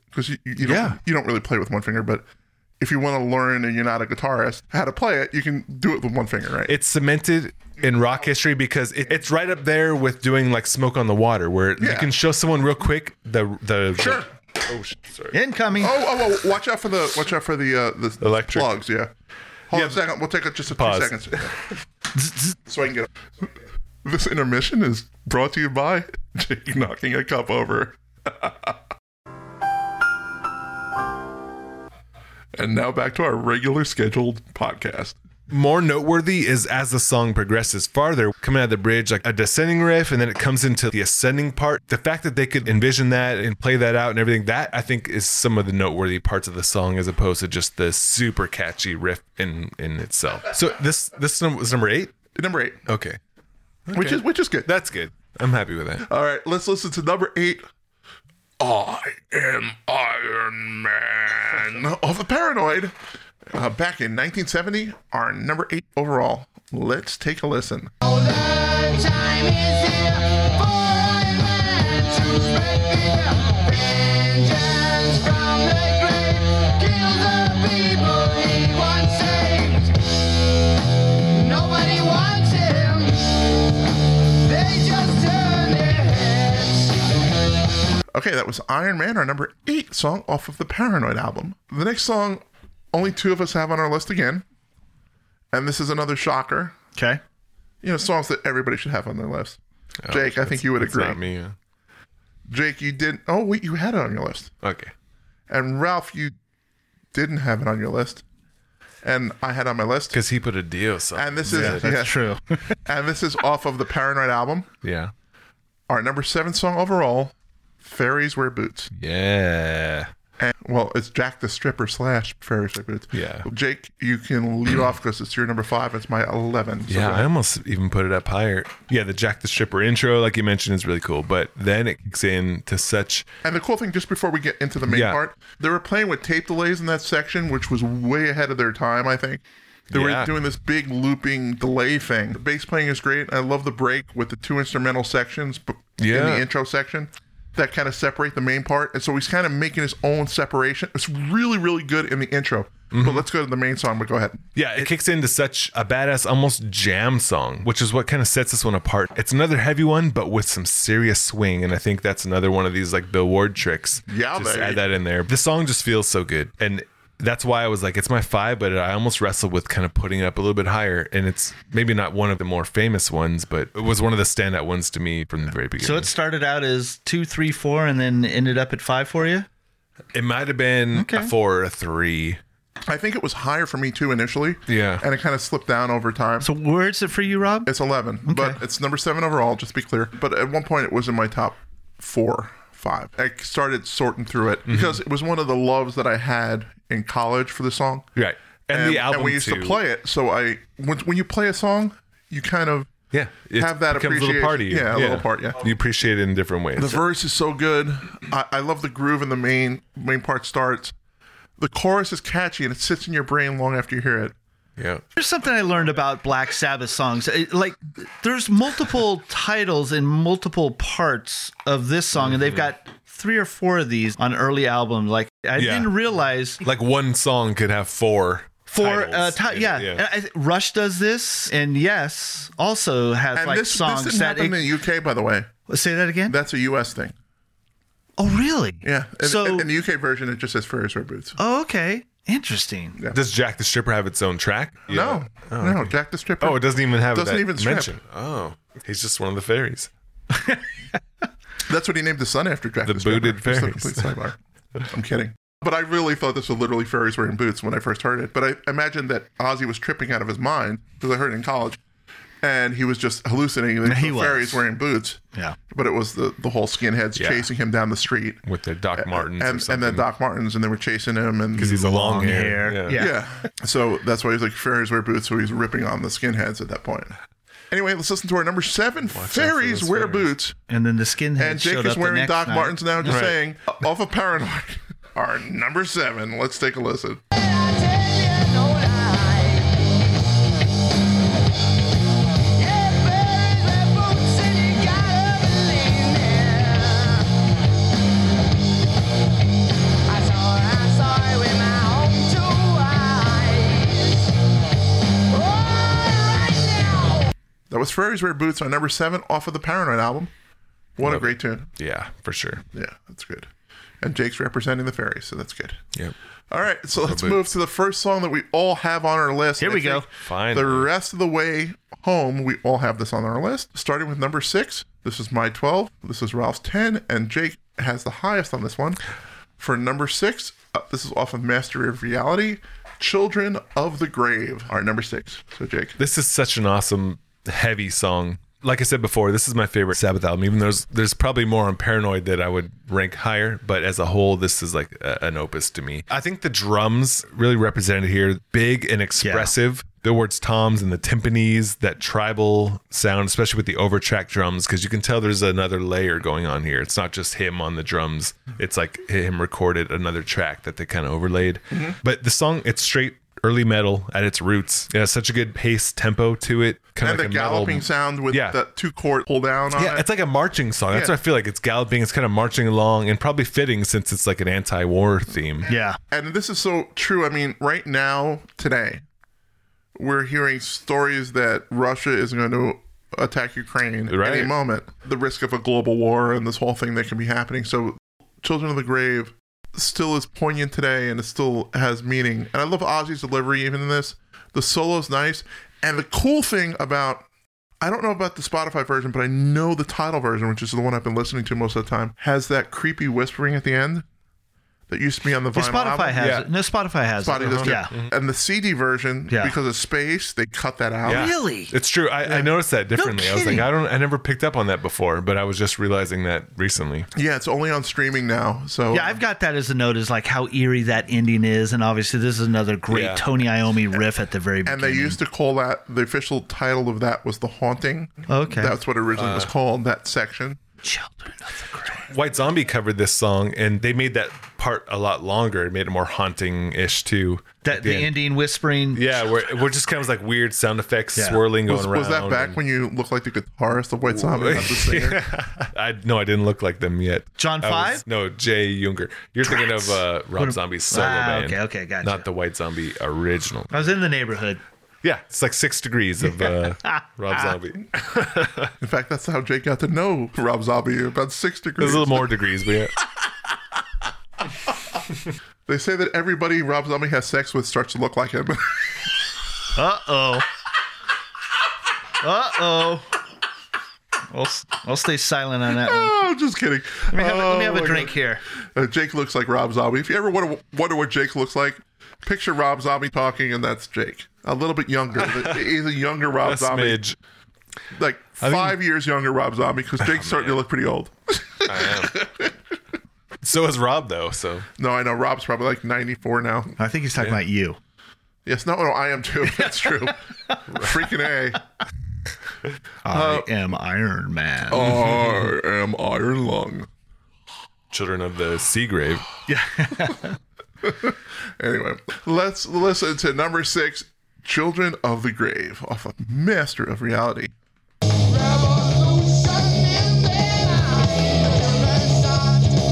because you, you don't Yeah. you don't really play with one finger. But if you want to learn and you're not a guitarist how to play it, you can do it with one finger, right? it's cemented in rock history because it, it's right up there with doing like smoke on the water, where you Yeah. can show someone real quick the the sure. Incoming. Oh, oh, oh, watch out for the watch out for the uh, the the Electric. plugs. Yeah. Hold on a second. We'll take a, just a two Pause. seconds. so I can get. This intermission is brought to you by Jake knocking a cup over. and now back to our regular scheduled podcast. more noteworthy is as the song progresses farther, coming out of the bridge, like a descending riff, and then it comes into the ascending part. The fact that they could envision that and play that out and everything, that I think is some of the noteworthy parts of the song as opposed to just the super catchy riff in in itself. So this this num- was number eight? Number eight, Okay. which is which is good. That's good. I'm happy with that. All right, let's listen to number eight. I am Iron Man of the Paranoid. Uh, back in 1970, our number eight overall. Let's take a listen. Nobody wants him. They just turn their heads. Okay, that was Iron Man, our number eight song off of the Paranoid album. The next song, only two of us have on our list again. And this is another shocker. Okay. You know, songs that everybody should have on their list. Jake, I think you would It's agree. Oh, not me. uh, Jake, you didn't. Oh, wait, you had it on your list. Okay. And Ralph, you didn't have it on your list. And I had it on my list. Because he put a deal. So. And this is That's yeah. true. And this is off of the Paranoid album. yeah. Our number seven song overall, Fairies Wear Boots. Yeah. And, well, it's Jack the Stripper slash Fairies Wear Boots. Yeah. Jake, you can lead off because it's your number five. It's my 11. So Yeah, go I ahead. almost even put it up higher. Yeah, the Jack the Stripper intro, like you mentioned, is really cool, but then it kicks in to such. And the cool thing, just before we get into the main Yeah. part, they were playing with tape delays in that section, which was way ahead of their time, I think. They Yeah. were doing this big looping delay thing. The bass playing is great. I love the break with the two instrumental sections b- in Yeah. the intro section that kind of separate the main part. And so he's kind of making his own separation. It's really, really good in the intro. Mm-hmm. But let's go to the main song, but go ahead. Yeah, it kicks into such a badass, almost jam song, which is what kind of sets this one apart. It's another heavy one, but with some serious swing, and I think that's another one of these like Bill Ward tricks. Yeah, just baby. add that in there. The song just feels so good, and that's why I was like, it's my five, but I almost wrestled with kind of putting it up a little bit higher. And it's maybe not one of the more famous ones, but it was one of the standout ones to me from the very beginning. So it started out as two, three, four, and then ended up at five for you. It might have been a Okay. four or a three. I think it was higher for me too initially. Yeah. And it kind of slipped down over time. So where is it for you, Rob? It's 11, but it's number seven overall, just to be clear. But at one point, it was in my top four, five. I started sorting through Mm-hmm. it because it was one of the loves that I had in college for the song. Right. And, the album And we used too. to play it. So I, when, when you play a song, you kind of Yeah. it have that becomes a appreciation. little party. Yeah, a little part. Yeah. You appreciate it in different ways. The verse is so good. I, I love the groove and the main main part starts. The chorus is catchy and it sits in your brain long after you hear it. yeah. There's something I learned about Black Sabbath songs. It- Like, there's multiple titles and multiple parts of this song, and they've got three or four of these on early albums. Like, I Yeah. didn't realize Like one song could have four. for titles uh, in ti- it, yeah, And I, th- Rush does this, and Yes also has And like this, this songs didn't that. happen It, in the UK, by the way. say that again. That's a US thing. oh, really? Yeah. In, So- in the UK version, it just says Furious Red Boots. Oh, okay. Interesting. Does Jack the Stripper have its own track? Yeah. No, no, Jack the Stripper. Oh, it doesn't even have Doesn't that even strip. mention. Oh, he's just one of the fairies. That's what he named the son after Jack The the Stripper. booted Just a fairies. complete sidebar. I'm kidding. But I really thought this was literally fairies wearing boots when I first heard it. But I imagined that Ozzy was tripping out of his mind because I heard it in college, and he was just hallucinating. that He the was. fairies wearing boots. Yeah. But it was the the whole skinheads Yeah. chasing him down the street, With the Doc Martens or and and something. then Doc Martens, and they were chasing him, and Because he's a long, Long hair. Yeah. hair. Yeah. yeah. So that's why he's like fairies wear boots. So he's ripping on the skinheads at that point. Anyway, let's listen to our number seven. fairies those wear fairies. boots, And then the skinhead and Jake showed is up the wearing next Doc night. Martens now, just Right. saying off of Paranoid. Our number seven. Let's take a listen. That was fairies wear boots on number seven off of the Paranoid album. What a Love it. great tune. Yeah, for sure. Yeah, that's good. And Jake's representing the fairies, so that's good. Yep. All right, so let's boots. move to the first song that we all have on our list. Here I we go. think Finally. The rest of the way home, we all have this on our list. Starting with number six. This is my 12. This is Ralph's 10. And Jake has the highest on this one. For number six, uh, this is off of Mastery of Reality. Children of the Grave are number six. So, Jake. This is such an awesome, heavy song. Like I said before, this is my favorite Sabbath album. Even though there's, there's probably more on Paranoid that I would rank higher, but as a whole, this is like a, an opus to me. I think the drums really represented here, big and expressive. The words toms and the timpanis, that tribal sound, especially with the overtrack drums, because you can tell there's another layer going on here. It's not just him on the drums, it's like him recorded another track that they kind of overlaid. Mm-hmm. But the song, it's straight early metal at its roots. It has such a good pace tempo to it. Kind and of like the a metal- galloping sound with Yeah. the two chord pull down on Yeah, it. it's like a marching song. That's Yeah. what I feel like. It's galloping. It's kind of marching along and probably fitting since it's like an anti war theme. Yeah. and this is so true. I mean, right now, today, we're hearing stories that Russia is going to attack Ukraine at any Right. moment. The risk of a global war and this whole thing that can be happening. So, Children of the Grave still is poignant today and it still has meaning. And I love Ozzy's delivery even in this. The solo's nice. And the cool thing about I don't know about the Spotify version, but I know the title version, which is the one I've been listening to most of the time, has that creepy whispering at the end that used to be on the Yeah, vinyl. Spotify album. has Yeah. it. No, Spotify has Spotty it. Uh-huh. does too. yeah. And the CD version, Yeah. because of space, they cut that out. Yeah. Really? It's true. I, I noticed that differently. I was like, kidding. I don't, I never picked up on that before, but I was just realizing that recently. Yeah, it's only on streaming now. So Yeah, I've got that as a note is like how eerie that ending is, and obviously this is another great Yeah. Tony Iommi riff at the very and beginning. they used to call that the official title of that was the haunting. Okay. that's what originally was called that section. Children of the Grave. White Zombie covered this song and they made that part a lot longer. It made it more haunting ish too. That the end. ending whispering. Yeah, where we're just kind of like weird sound effects Yeah. swirling going Was, around. was that back and- when you looked like the guitarist of White Zombie, not the singer? I no, I didn't look like them yet. John I was- Five? no, Jay Younger. You're thinking of uh, Rob am- Zombie's solo Ah, band. okay, okay, gotcha. Not the White Zombie original. I was in the neighborhood. Yeah, it's like six degrees of uh, Rob Zombie. It In fact, that's how Jake got to know Rob Zombie about six was degrees. a little more degrees, but yeah. They say that everybody Rob Zombie has sex with starts to look like him. Uh oh. Uh oh. I'll, I'll stay silent on that one. oh, just kidding. Let me have, a- let me have Oh, a my drink God. here. Uh, Jake looks like Rob Zombie. If you ever wonder, wonder what Jake looks like, picture Rob Zombie talking, and that's Jake. A little bit younger. He's a younger Rob A Zombie, smidge. like five years younger Rob Zombie, Oh, because Jake's starting to look pretty old. So is Rob though. So no, I know Rob's probably like ninety four now. I think he's talking about you. Yes, no, no, I am too. That's true. Freaking a. Uh, I am Iron Man. I am Iron Lung. Children of the Sea Grave. Anyway, let's listen to number six, "Children of the Grave," off of Master of Reality. What to do?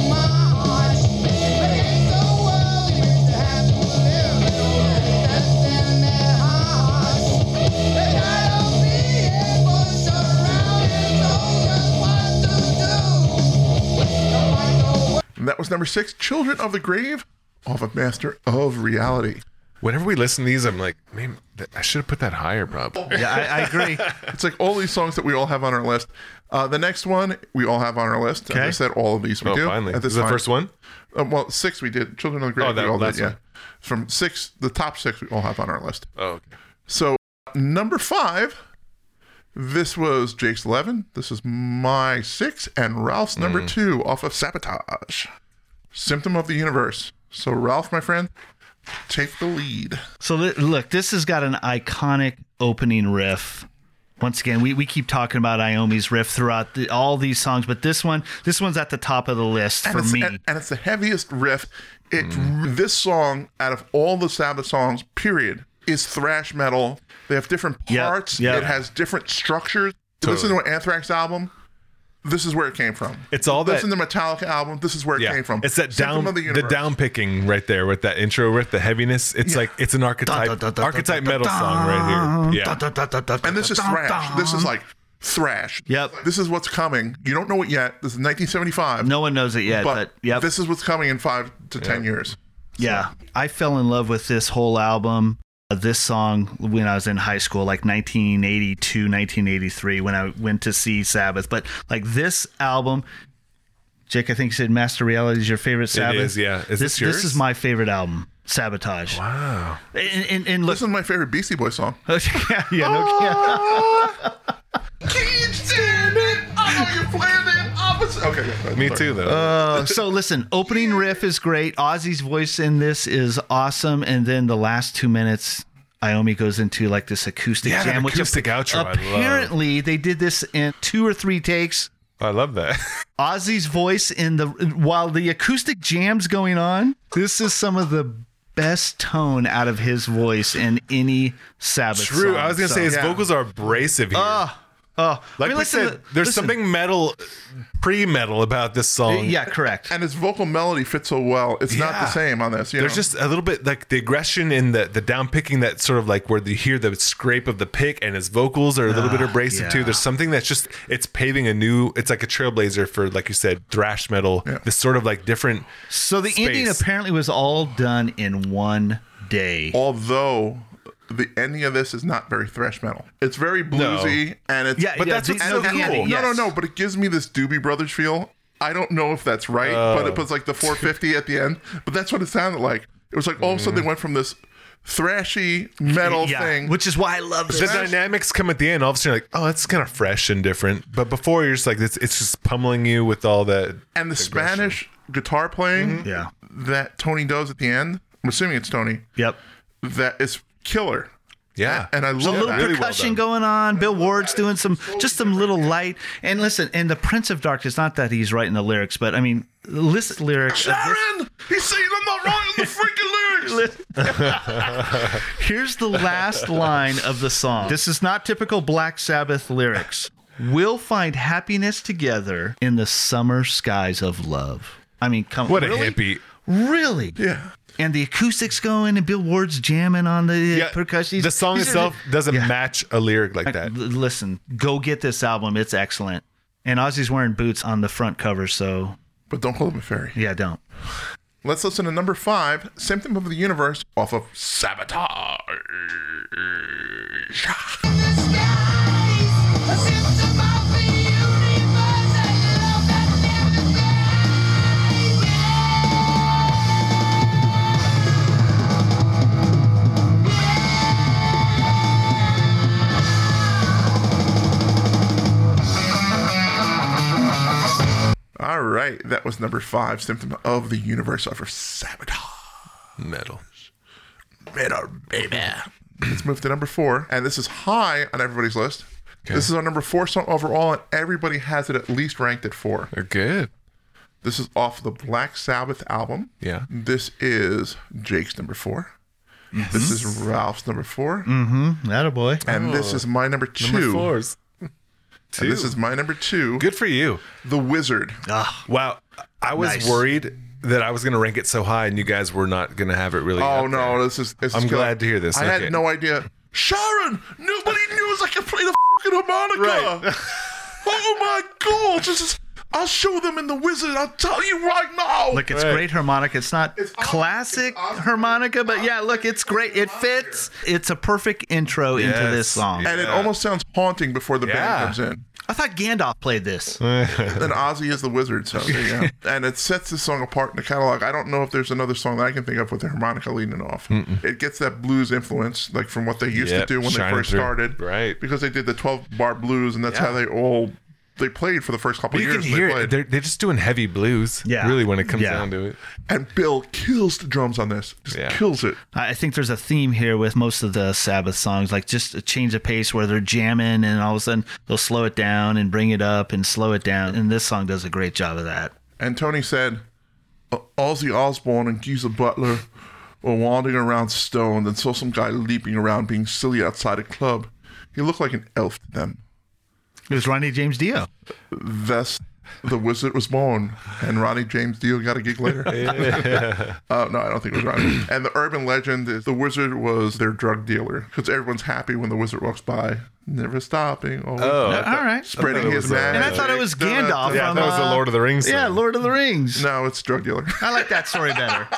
And that was number six, Children of the Grave off of Master of Reality. Whenever we listen to these, I'm like, man, th- I should have put that higher, probably. Yeah, I, I agree. It's like all these songs that we all have on our list. Uh, the next one we all have on our list. I Okay. just said all of these we Oh, do. finally, At this is the time. first one. Um, well, six we did. Children of the Grave. Oh, that- we all did, that's yeah. one. From six, the top six we all have on our list. Oh, okay. So number five, this was Jake's eleven. This is my six, and Ralph's Mm. number two off of Sabotage. Symptom of the Universe. So Ralph, my friend, take the lead. So li- look, this has got an iconic opening riff. Once again, we, we keep talking about Iomi's riff throughout the, all these songs, but this one this one's at the top of the list and for it's, me. Mm. And, and it's the heaviest riff. It this song out of all the Sabbath songs, period, is thrash metal. They have different Yeah, parts. yeah. It has different structures. Listen to Totally. an Anthrax album. This is where it came from. It's all that- Listen to Metallica album. This is where it Yeah, came from. it's that Symptom down of the, Universe. down picking right there with that intro riff, the heaviness. It's like it's an archetype Dun, dun, dun, dun, archetype dun, metal dun, song right here. Yeah, dun, dun, dun, dun, dun, And this is dun, thrash. dun. This is like thrash. Yep. This is what's coming. You don't know it yet. This is 1975. no one knows it yet, but, but yep. this is what's coming in five to ten years. Yeah, I fell in love with this whole album, uh, this song when I was in high school, like 1982, 1983, when I went to see Sabbath. But like this album, Jake, I think you said Master Reality is your favorite Sabbath. is, yeah. Is this this this yours? is my favorite album, Sabotage. Wow. And, and, and look, This is my favorite Beastie Boy song. yeah, yeah, no Oh! kidding. Keep standing. I know you're playing the opposite. Okay, yeah, sorry. me too though. Uh, so listen, opening riff is great. Ozzy's voice in this is awesome, and then the last two minutes, Iomi goes into like this acoustic Yeah, that jam, which acoustic outro I love. apparently they did this in two or three takes. I love that. Ozzy's voice in the while the acoustic jam's going on. This is some of the best tone out of his voice in any Sabbath. True. song, I was gonna so- say his yeah. vocals are abrasive here. oh, like I mean, we listen said, to the- there's listen- something metal, pre-metal about this song. Yeah, correct. and his vocal melody fits so well. It's not the Yeah. same on this. You There's know? just a little bit like the aggression in the the down picking that sort of like where you hear the scrape of the pick and his vocals are a little bit abrasive too. yeah. There's something that's just it's paving a new it's like a trailblazer for like you said thrash metal. This sort of like different So the ending space. apparently was all done in one day. although the ending of this is not very thrash metal. It's very bluesy and it's Yeah, but yeah, that's the- what's no, so the cool. ending, yes. No, no, no. But it gives me this Doobie Brothers feel. I don't know if that's right, but Oh. it was like the 450 at the end. But that's what it sounded like. It was like all of a sudden they went from this thrashy metal Mm-hmm. Yeah, thing. which is why I love this. the dynamics come at the end. All of a sudden, you're like, oh, that's kind of fresh and different. But before, you're just like, it's, it's just pummeling you with all that. and the Spanish guitar playing Mm-hmm. Yeah. that Tony does at the end. I'm assuming it's Tony. Yep. That is killer. Yeah. And I A love little that. really well percussion done. going on. Bill Ward's doing some, just some little light. And listen, and the Prince of Darkness. Not that he's writing the lyrics, but I mean, listen lyrics. of this- Aaron, he's saying I'm not right on the freaking lyrics. Here's the last line of the song. This is not typical Black Sabbath lyrics. We'll find happiness together in the summer skies of love. I mean, come what really? a hippie. Really? Yeah. and the acoustics going and Bill Ward's jamming on the uh, Yeah, percussion. the song These are itself doesn't Yeah. match a lyric like L- that. Listen, go get this album. It's excellent. And Ozzy's wearing boots on the front cover, so But don't call him a fairy. yeah, don't. Let's listen to number five, Symptom of the Universe, off of Sabotage. All right, that was number five, Symptom of the Universe, off of Sabotage. Metal. Bitter, baby. Let's move to number four, and this is high on everybody's list. This is our number four song overall, and everybody has it at least ranked at four. They're good. This is off the Black Sabbath album. Yeah. This is Jake's number four. This is Ralph's number 4 That a boy. and this is my number two. Number fours. Two. And this is my number two. good for you. The Wizard. Wow. I was Nice. worried that I was going to rank it so high and you guys were not going to have it really. Oh up no, there. this is. This is I'm killer. glad to hear this. I Okay. had no idea. Sharon, nobody knew I could play the fucking harmonica. Right. oh my god, this is. I'll show them in the wizard. I'll tell you right now. Look, it's Right. great harmonica. It's not Osborne. classic It's Osborne. harmonica, but yeah, look, it's great. It fits. It's a perfect intro into Yes. this song. and it Yeah. almost sounds haunting before the Yeah. band comes in. I thought Gandalf played this. And Ozzy is the wizard, so there you go. and it sets this song apart in the catalog. I don't know if there's another song that I can think of with the harmonica leading off. It gets that blues influence, like from what they used Yep, to do when they shining first through. started, Right. Because they did the 12 bar blues, and that's how they all they played for the first couple you years. can they hear it. played. They're, they're just doing heavy blues. Yeah. Really, when it comes Yeah. down to it. And Bill kills the drums on this. Just Yeah. kills it. I I think there's a theme here with most of the Sabbath songs, like just a change of pace where they're jamming and all of a sudden they'll slow it down and bring it up and slow it down. And this song does a great job of that. And Tony said, "O- Ozzy Osbourne and Geezer Butler were wandering around stoned and saw some guy leaping around being silly outside a club. He looked like an elf to them. It was Ronnie James Dio. Thus, the wizard was born, and Ronnie James Dio got a gig later. uh, no, I don't think it was Ronnie. And the urban legend is the wizard was their drug dealer because everyone's happy when the wizard walks by, never stopping. always Oh, Uh, All right. I thought Spreading it his was, uh, magic. And I thought it was Gandalf. yeah, from, that was the uh, Lord of the Rings. Yeah, song. Lord of the Rings. No, it's drug dealer. I like that story better.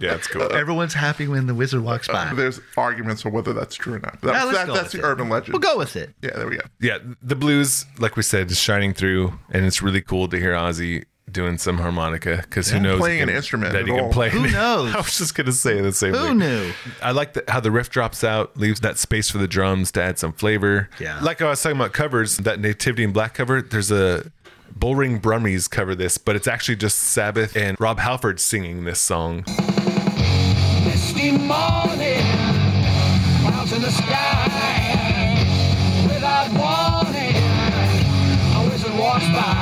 Yeah, it's cool. Everyone's happy when the wizard walks by. There's arguments on whether that's true or not. But Yeah, that, let's that, go that's the with it. urban legend. We'll go with it. Yeah, there we go. yeah, the blues, like we said, is shining through, and it's really cool to hear Ozzy doing some harmonica because who knows Playing he can- an instrument that at he can all. play. Who knows? I was just gonna say the same. Who thing. knew? I like the, how the riff drops out, leaves that space for the drums to add some flavor. Yeah. Like I was talking about covers, that Nativity in Black cover, there's a Bullring Brummies cover this, but it's actually just Sabbath and Rob Halford singing this song. misty morning, clouds in the sky. Without warning, a wizard walks by.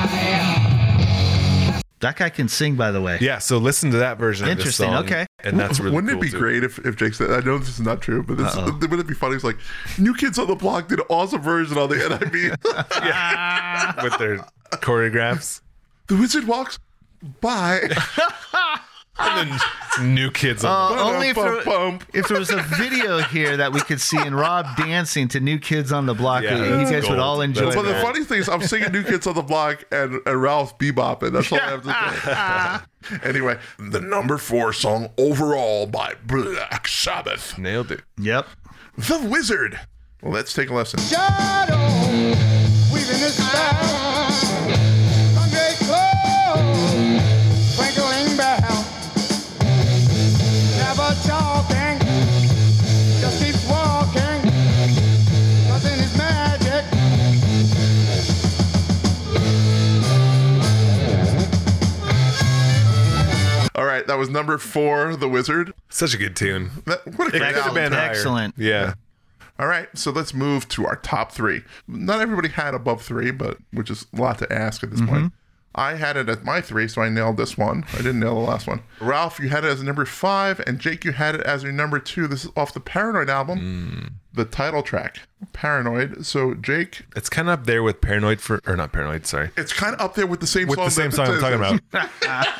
That guy can sing, by the way. Yeah, so listen to that version Interesting, of this song. okay. And that's really Wouldn't cool, it be too. great if, if Jake said, I know this is not true, but this, Uh-oh. wouldn't it be funny? It's like, New Kids on the Block did an awesome version on the NIB. with their choreographs? the wizard walks by. And then new kids on Uh, only if Bump, there, bump. if there was a video here that we could see and Rob dancing to New Kids on the Block, Yeah, you that's guys gold. would all enjoy That's But the that. funny thing is, I'm singing New Kids on the Block and, and Ralph bebopping. That's all I have to say. anyway, the number four song overall by Black Sabbath. the Nailed it. Yep. The Wizard. let's take a lesson. shadow weaving this bound. Sunday clothes twinkling bell. Never talking, just keeps walking. Nothing is magic. All right, that was number four, The Wizard. Such a good tune. That, what a It great could have album. been higher. Excellent. Yeah. All right, so let's move to our top three. Not everybody had above three, but which is a lot to ask at this Mm-hmm. point. I had it at my three, so I nailed this one. I didn't nail the last one. Ralph, you had it as number five, and Jake, you had it as your number two. This is off the Paranoid album, Mm. the title track, Paranoid. So Jake, It's kind of up there with Paranoid for, or not Paranoid, sorry. it's kind of up there with the same with song. the same that- song I'm talking about.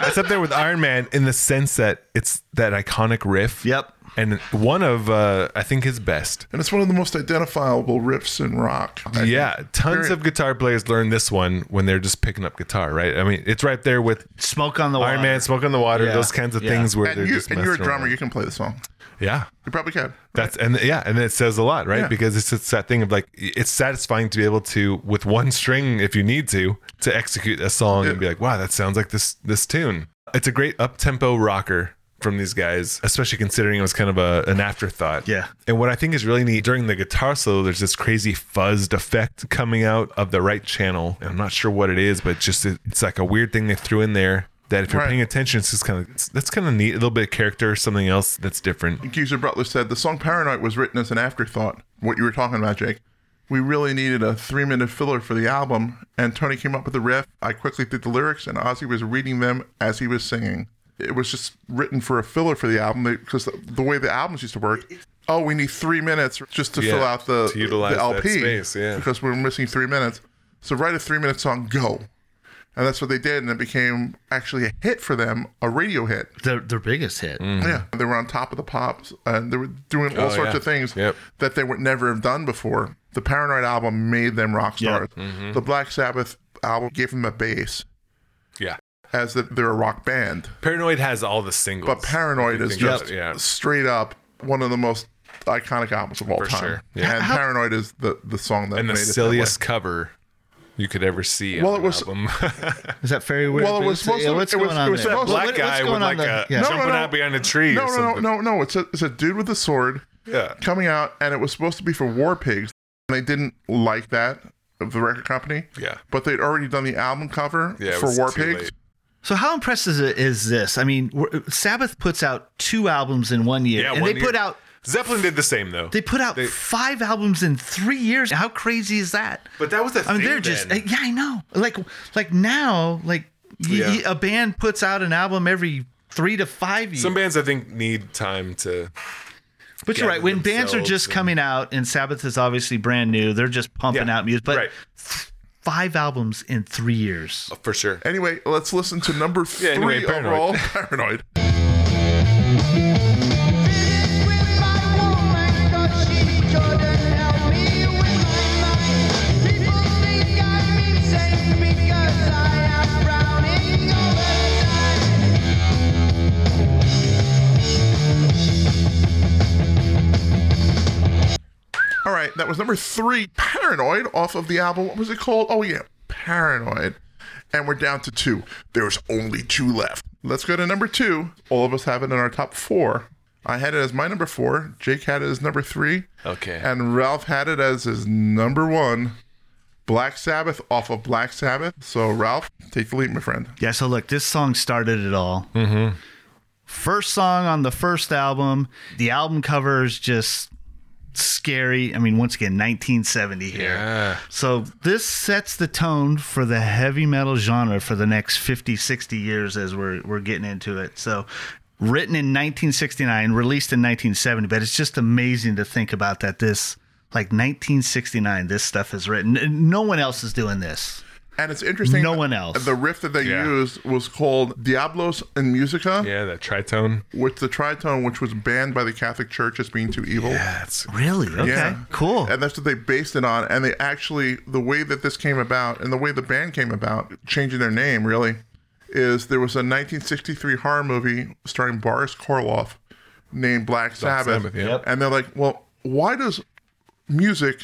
it's up there with Iron Man in the sense that it's that iconic riff. Yep. And one of uh, I think his best. and it's one of the most identifiable riffs in rock. I Yeah, tons Very- of guitar players learn this one when they're just picking up guitar, right? I mean, it's right there with Smoke on the Iron water. Man, Smoke on the Water, Yeah. those kinds of Yeah. things where think. they're And, you, just and you're a messing drummer, around. you can play the song. yeah. You probably can. That's and yeah, and it says a lot, right? Yeah. Because it's it's that thing of like it's satisfying to be able to with one string, if you need to, to execute a song and be like, wow, that sounds like this this tune. It's a great up tempo rocker from these guys, especially considering it was kind of a, an afterthought. Yeah. And what I think is really neat during the guitar solo, there's this crazy fuzzed effect coming out of the right channel. And I'm not sure what it is, but just it, it's like a weird thing they threw in there. That if you're Right. paying attention, it's just kind of it's, that's kind of neat. A little bit of character, something else that's different. Geezer Butler said the song Paranoid was written as an afterthought, what you were talking about, Jake. We really needed a three minute filler for the album, and Tony came up with the riff. I quickly did the lyrics, and Ozzy was reading them as he was singing. It was just written for a filler for the album because the, the way the albums used to work. Oh, we need three minutes just to Yeah, fill out the, to utilize the LP that space, yeah. because we we're missing three minutes. So write a three minute song, go. And that's what they did, and it became actually a hit for them, a radio hit. Their, their biggest hit. Mm. Yeah, they were on top of the pops, and they were doing all Oh, sorts yeah. of things Yep. Mm-hmm. that they would never have done before. The Paranoid album made them rock stars. The Black Sabbath album gave them a base Yeah. as that they're a rock band. Paranoid has all the singles. But Paranoid is Think about just it, yeah. straight up one of the most iconic albums of all For time. sure, yeah. And Paranoid is the, the song that And the made it that silliest way. cover you could ever see. Well, on it was- an album. Is that fairy weird? Well, it was supposed Boots? Yeah, to- What's it was- going it on was there? supposed- What- black what- guy what's with going like on a there? Yeah. jumping out behind a tree. No, or no, no, something. no, no. It's a, it's a dude with a sword Yeah. coming out, and it was supposed to be for War Pigs. And they didn't like that of the record company. Yeah. But they'd already done the album cover Yeah, it for was War too Pigs. late. So how impressive is this? I mean, we're- Sabbath puts out two albums in one year, Yeah, and one they year. put out Zeppelin did the same though. they put out They- five albums in three years. How crazy is that? but that was the I mean, thing they're just then. yeah, I know. Like like now, like y- Yeah. y- a band puts out an album every three to five years. Some bands I think need time to but you're right. When gather bands are themselves just coming out, and Sabbath is obviously brand new, they're just pumping Yeah, out music. But right. Oh, th- five albums in three years. for sure. Anyway, let's listen to number three Yeah, anyway, Paranoid. overall, Paranoid. All right, that was number three, Paranoid, off of the album. What was it called? Oh, yeah, Paranoid. And we're down to two. There's only two left. Let's go to number two. All of us have it in our top four. I had it as my number four. Jake had it as number three. Okay. And Ralph had it as his number one. Black Sabbath off of Black Sabbath. So, Ralph, take the lead, my friend. Yeah, so look, this song started it all. Mm-hmm. First song on the first album. The album cover is just scary. I mean, once again, 1970 here. Yeah. So this sets the tone for the heavy metal genre for the next 50, 60 years as we're, we're getting into it. So written in 1969, released in 1970, but it's just amazing to think about that this, like 1969, this stuff is written. N- No one else is doing this. And it's interesting. No one else. The riff that they Yeah. used was called Diablos in Musica. Yeah, that tritone. with the tritone, which was banned by the Catholic Church as being too evil. That's Really? Okay. Yeah. Cool. And that's what they based it on. And they actually, the way that this came about and the way the band came about, changing their name really, is there was a 1963 horror movie starring Boris Karloff named Black Sabbath. Sabbath, yeah. Yep. And they're like, well, why does music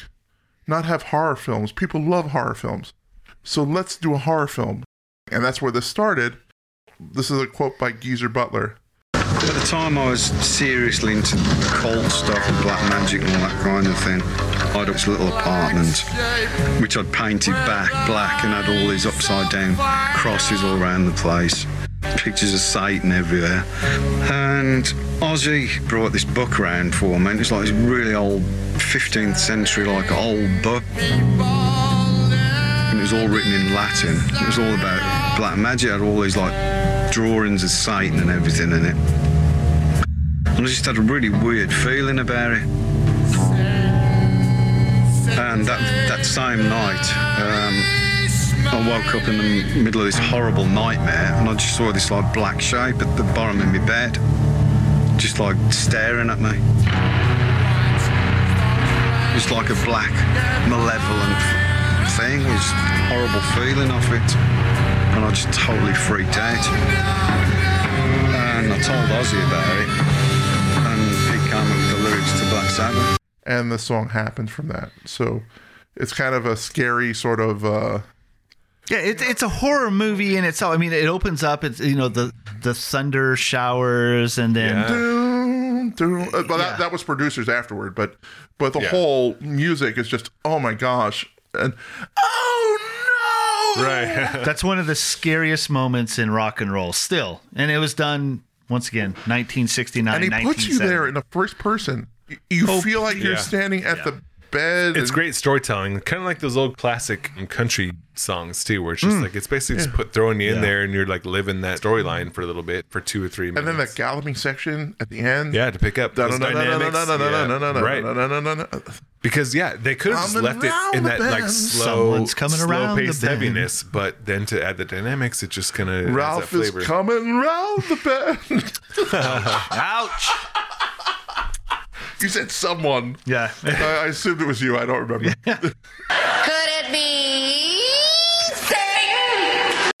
not have horror films? People love horror films. So let's do a horror film. And that's where this started. This is a quote by Geezer Butler. At the time, I was seriously into cult stuff and black magic and all that kind of thing. I had this little apartment, which I'd painted back black and had all these upside down crosses all around the place, pictures of Satan everywhere. And Ozzy brought this book round for me, and it's like this really old 15th century, like old book. And it was all written in Latin. It was all about black magic. It had all these like drawings of Satan and everything in it. And I just had a really weird feeling about it. And that that same night, um, I woke up in the middle of this horrible nightmare, and I just saw this like black shape at the bottom of my bed, just like staring at me. It was like a black, malevolent thing. It was a horrible feeling of it. And I just totally freaked out. And I told Ozzy about it. And he came up with the lyrics to Black Sabbath. and the song happens from that. So it's kind of a scary sort of uh Yeah, it, it's a horror movie in itself. I mean, it opens up. It's you know the the thunder showers, and then Yeah. doom, doom. Uh, But Yeah. that, that was producers afterward, but but the Yeah. whole music is just oh my gosh. And oh no. right. that's one of the scariest moments in rock and roll. Still, and it was done once again, 1969. And he puts you 1970. there in the first person. Y- You feel like you're yeah. standing at the bed. it's and- great storytelling, kind of like those old classic country songs too, where it's just like it's basically just put throwing you in there and you're like living that storyline for a little bit for two or three minutes. And then that galloping section at the end. yeah, to pick up those dynamics. Yeah, Right. Right. Because yeah, they could have just Coming left it in round that the like bend. slow, Someone's coming slow around the paced bend. heaviness, but then to add the dynamics, it just kind of Ralph is coming round the bend. Ouch! you said someone. Yeah, I, I assumed it was you. I don't remember. Could it be Satan?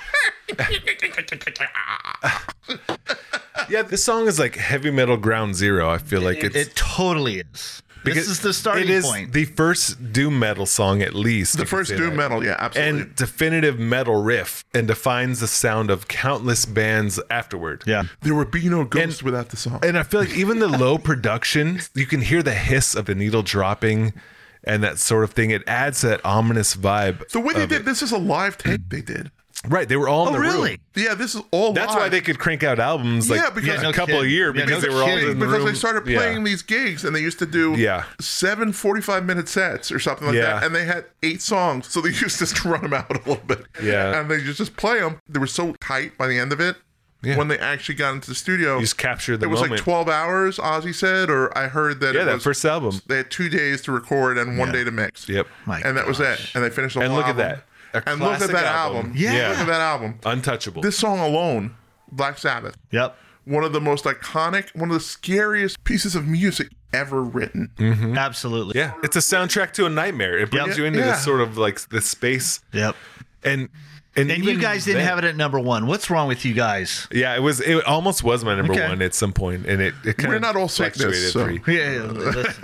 Yeah, this song is like heavy metal ground zero. I feel like it's It totally is. This is the starting it is point. The first doom metal song, at least. The you could first say doom that. metal, yeah, absolutely. and definitive metal riff, and defines the sound of countless bands afterward. yeah. there would be no ghost without the song. And I feel like even the low production, you can hear the hiss of the needle dropping and that sort of thing. It adds that ominous vibe. the way they did this is a live tape they did. Right. They were all in Oh, the room. really? Yeah, this is all That's live. why they could crank out albums like Yeah, because- in Yeah, a no couple kidding. a year Yeah, no because they were all kidding. in the because room. they started Yeah. playing these gigs and they used to do Yeah. seven 45 minute sets or something like Yeah. that and they had eight songs so they used this to run them out a little bit Yeah. and they just just play them they were so tight by the end of it Yeah. when they actually got into the studio You just capture the it was moment. like 12 hours ozzy said or i heard that yeah, it that was, first album. they had two days to record and one day to mix Yep. My and that was that gosh. and they finished the And whole look at album. that. A and look at classic that album. album Yeah. look at that album Untouchable. this song alone black sabbath Yep. one of the most iconic, one of the scariest pieces of music ever written. Absolutely. Mm-hmm. yeah. It's a soundtrack to a nightmare. It brings Yep. you into Yeah. this sort of like this space. Yep. And and, And even you guys didn't then- have it at number one. What's wrong with you guys? Yeah, it was. It almost was my number Okay. one at some point, and it, it kind We're of not all sick this, so- Yeah, yeah, listen.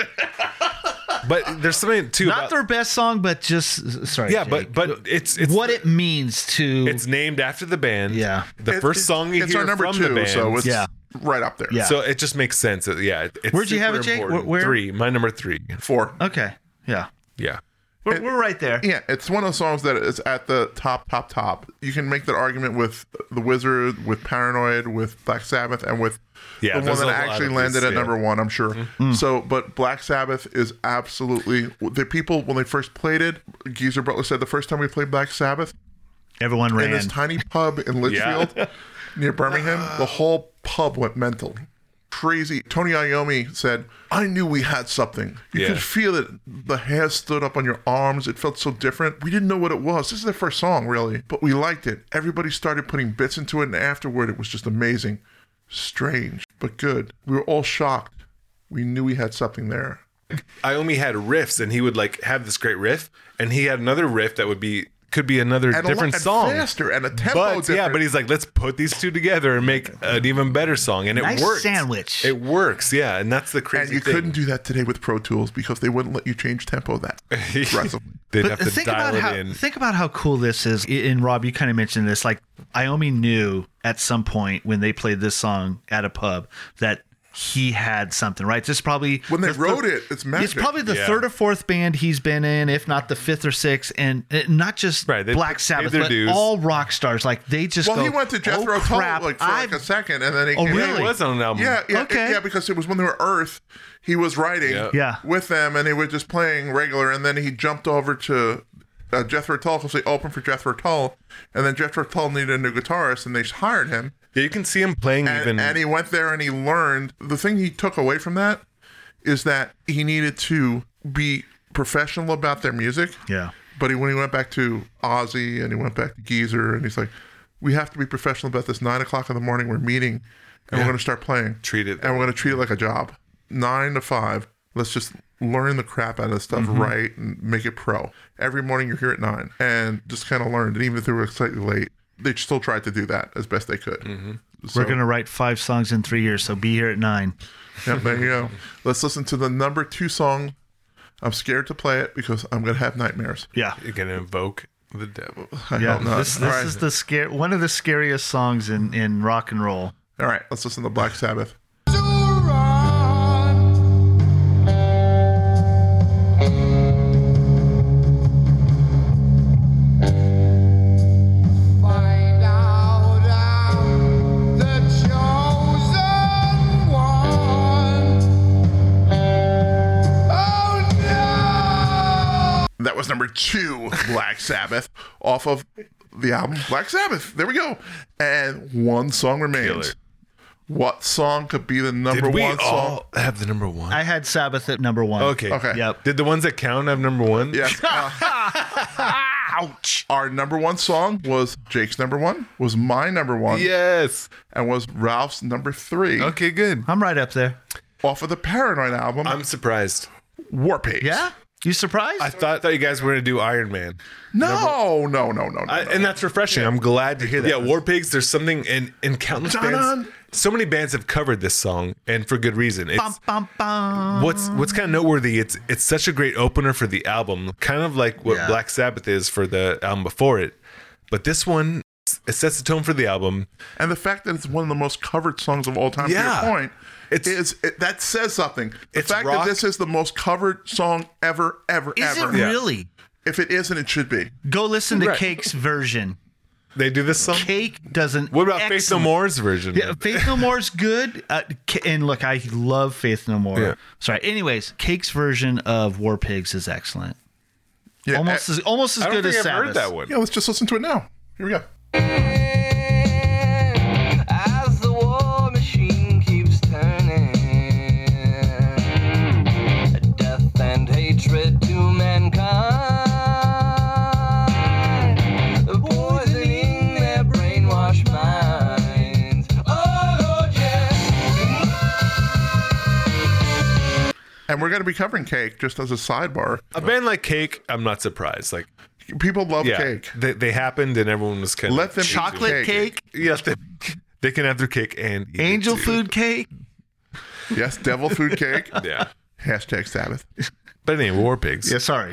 But there's something too. not about- their best song, but just sorry. yeah, Jake. but but it's it's what it means to it's named after the band. Yeah. the It- first it's- song you it's hear our number from two, the band. so it's Yeah. right up there. Yeah. So it just makes sense. that- Yeah, it's Where'd you super have it, Jake? Wh- important. where? Three, my number three. Four. okay. Yeah, Yeah, we're, we're right there. Yeah, it's one of those songs that is at the top, top, top. You can make that argument with The Wizard, with Paranoid, with Black Sabbath, and with Yeah, the one there's that a lot actually of landed this, at yeah. Mm-hmm. number one, I'm sure. Mm. So, but Black Sabbath is absolutely the people when they first played it. Geezer Butler said the first time we played Black Sabbath, Everyone ran. in this tiny pub in Litchfield near Birmingham. The whole pub went mental. Crazy. Tony Iommi said, "I knew we had something. You Yeah. could feel it. The hair stood up on your arms. It felt so different. We didn't know what it was. This is their first song, really, but we liked it. Everybody started putting bits into it, and afterward, it was just amazing. Strange, but good. We were all shocked. We knew we had something there. I only had riffs, and he would like have this great riff, and he had another riff that would be could be another And a lo- different and song, faster, and a tempo But yeah, different. but he's like, let's put these two together and make an even better song, and it Nice works. sandwich. It works. Yeah, and that's the And crazy you thing. couldn't do that today with Pro Tools because they wouldn't let you change tempo that aggressively. They'd but have to think dial about it how in. think about how cool this is. I- And Rob, you kind of mentioned this. Like Iomi knew at some point when they played this song at a pub that he had something. Right? This is probably When they the- wrote it, it's magic. It's probably the Yeah. third or fourth band he's been in, if not the fifth or sixth, and uh, not just Right, they Black paid Sabbath, their but dues. all rock stars. Like they just Well, go, he went to Jethro oh, Tull crap, like for like I've- a second, and then he Oh, came really? It was on an album. Yeah, yeah, Okay. yeah, because it was when they were Earth, he was writing Yeah. Yeah. with them, and they were just playing regular, and then he jumped over to uh, Jethro Tull because they opened for Jethro Tull, and then Jethro Tull needed a new guitarist, and they hired him, Yeah, you can see him playing and, even. and he went there and he learned. The thing he took away from that is that he needed to be professional about their music. Yeah. But he, when he went back to Ozzy and he went back to Geezer and he's like, we have to be professional about this. Nine o'clock in the morning, we're meeting and we're going to start playing. Treat it- And we're going to treat it like a job. Nine to five. Let's just learn the crap out of this stuff right and make it pro. Every morning you're here at nine and just kind of learned. And even if they were slightly late, they still tried to do that as best they could. Mm-hmm. We're gonna write five songs in three years, so be here at nine. Yeah, there you go. Let's listen to the number two song. I'm scared to play it because I'm going to have nightmares. Yeah. You're gonna invoke the devil. I Oh, Yeah, hope not. this, All this right. is the scare one of the scariest songs in, in rock and roll. All right, let's listen to Black Sabbath. To run, find out I'm the chosen one. Oh no! That was number two, Black Sabbath, off of the album Black Sabbath. There we go. And one song remains. Killer. What song could be the number Did we one song? all have the number one? I had Sabbath at number one. okay. Okay. Yep. Did the ones that count have number one? Yes. Ouch. Our number one song was Jake's number one, was my number one, Yes. and was Ralph's number three Okay. Good. I'm right up there. off of the Paranoid album, I'm surprised. War Pigs. Yeah? You surprised? I thought, thought you guys were going to do Iron Man. No, no, no, no, no. I, and that's refreshing. I'm glad to hear that. Yeah, War Pigs, there's something in, in countless bands. Dun-dun. So many bands have covered this song, and for good reason. It's, Bum, bum, bum. what's what's kind of noteworthy it's it's such a great opener for the album kind of like what Yeah. black sabbath is for the album before it but this one it sets the tone for the album And the fact that it's one of the most covered songs of all time, Yeah. to your point, It's- is it, that says something. The It's fact rock. that this is the most covered song ever, ever, Is it ever. really? If it isn't, it should be. Go listen to Right. Cake's version. they do this song Cake doesn't. what about faith no more's version Yeah, Faith No More's good. Uh, K- and look, I love Faith No More. Yeah. Sorry. Anyways, Cake's version of War Pigs is excellent. Yeah, Almost eh, as almost as i don't good think as i've Sabbath. heard that one yeah, let's just listen to it now. Here we go. As the war machine keeps turning, death and hatred to mankind, poisoning their brainwashed minds. Oh, Lord, yes. And we're going to be covering Cake just as a sidebar. a band like cake i'm not surprised like People love yeah Oh, Cake. They, they happened and everyone was kind Let of them eat Chocolate cake, yes they, they can have their cake and eat it angel too. food cake. Yes, Devil Food Cake. yeah Hashtag Sabbath. but anyway war pigs Yeah, sorry.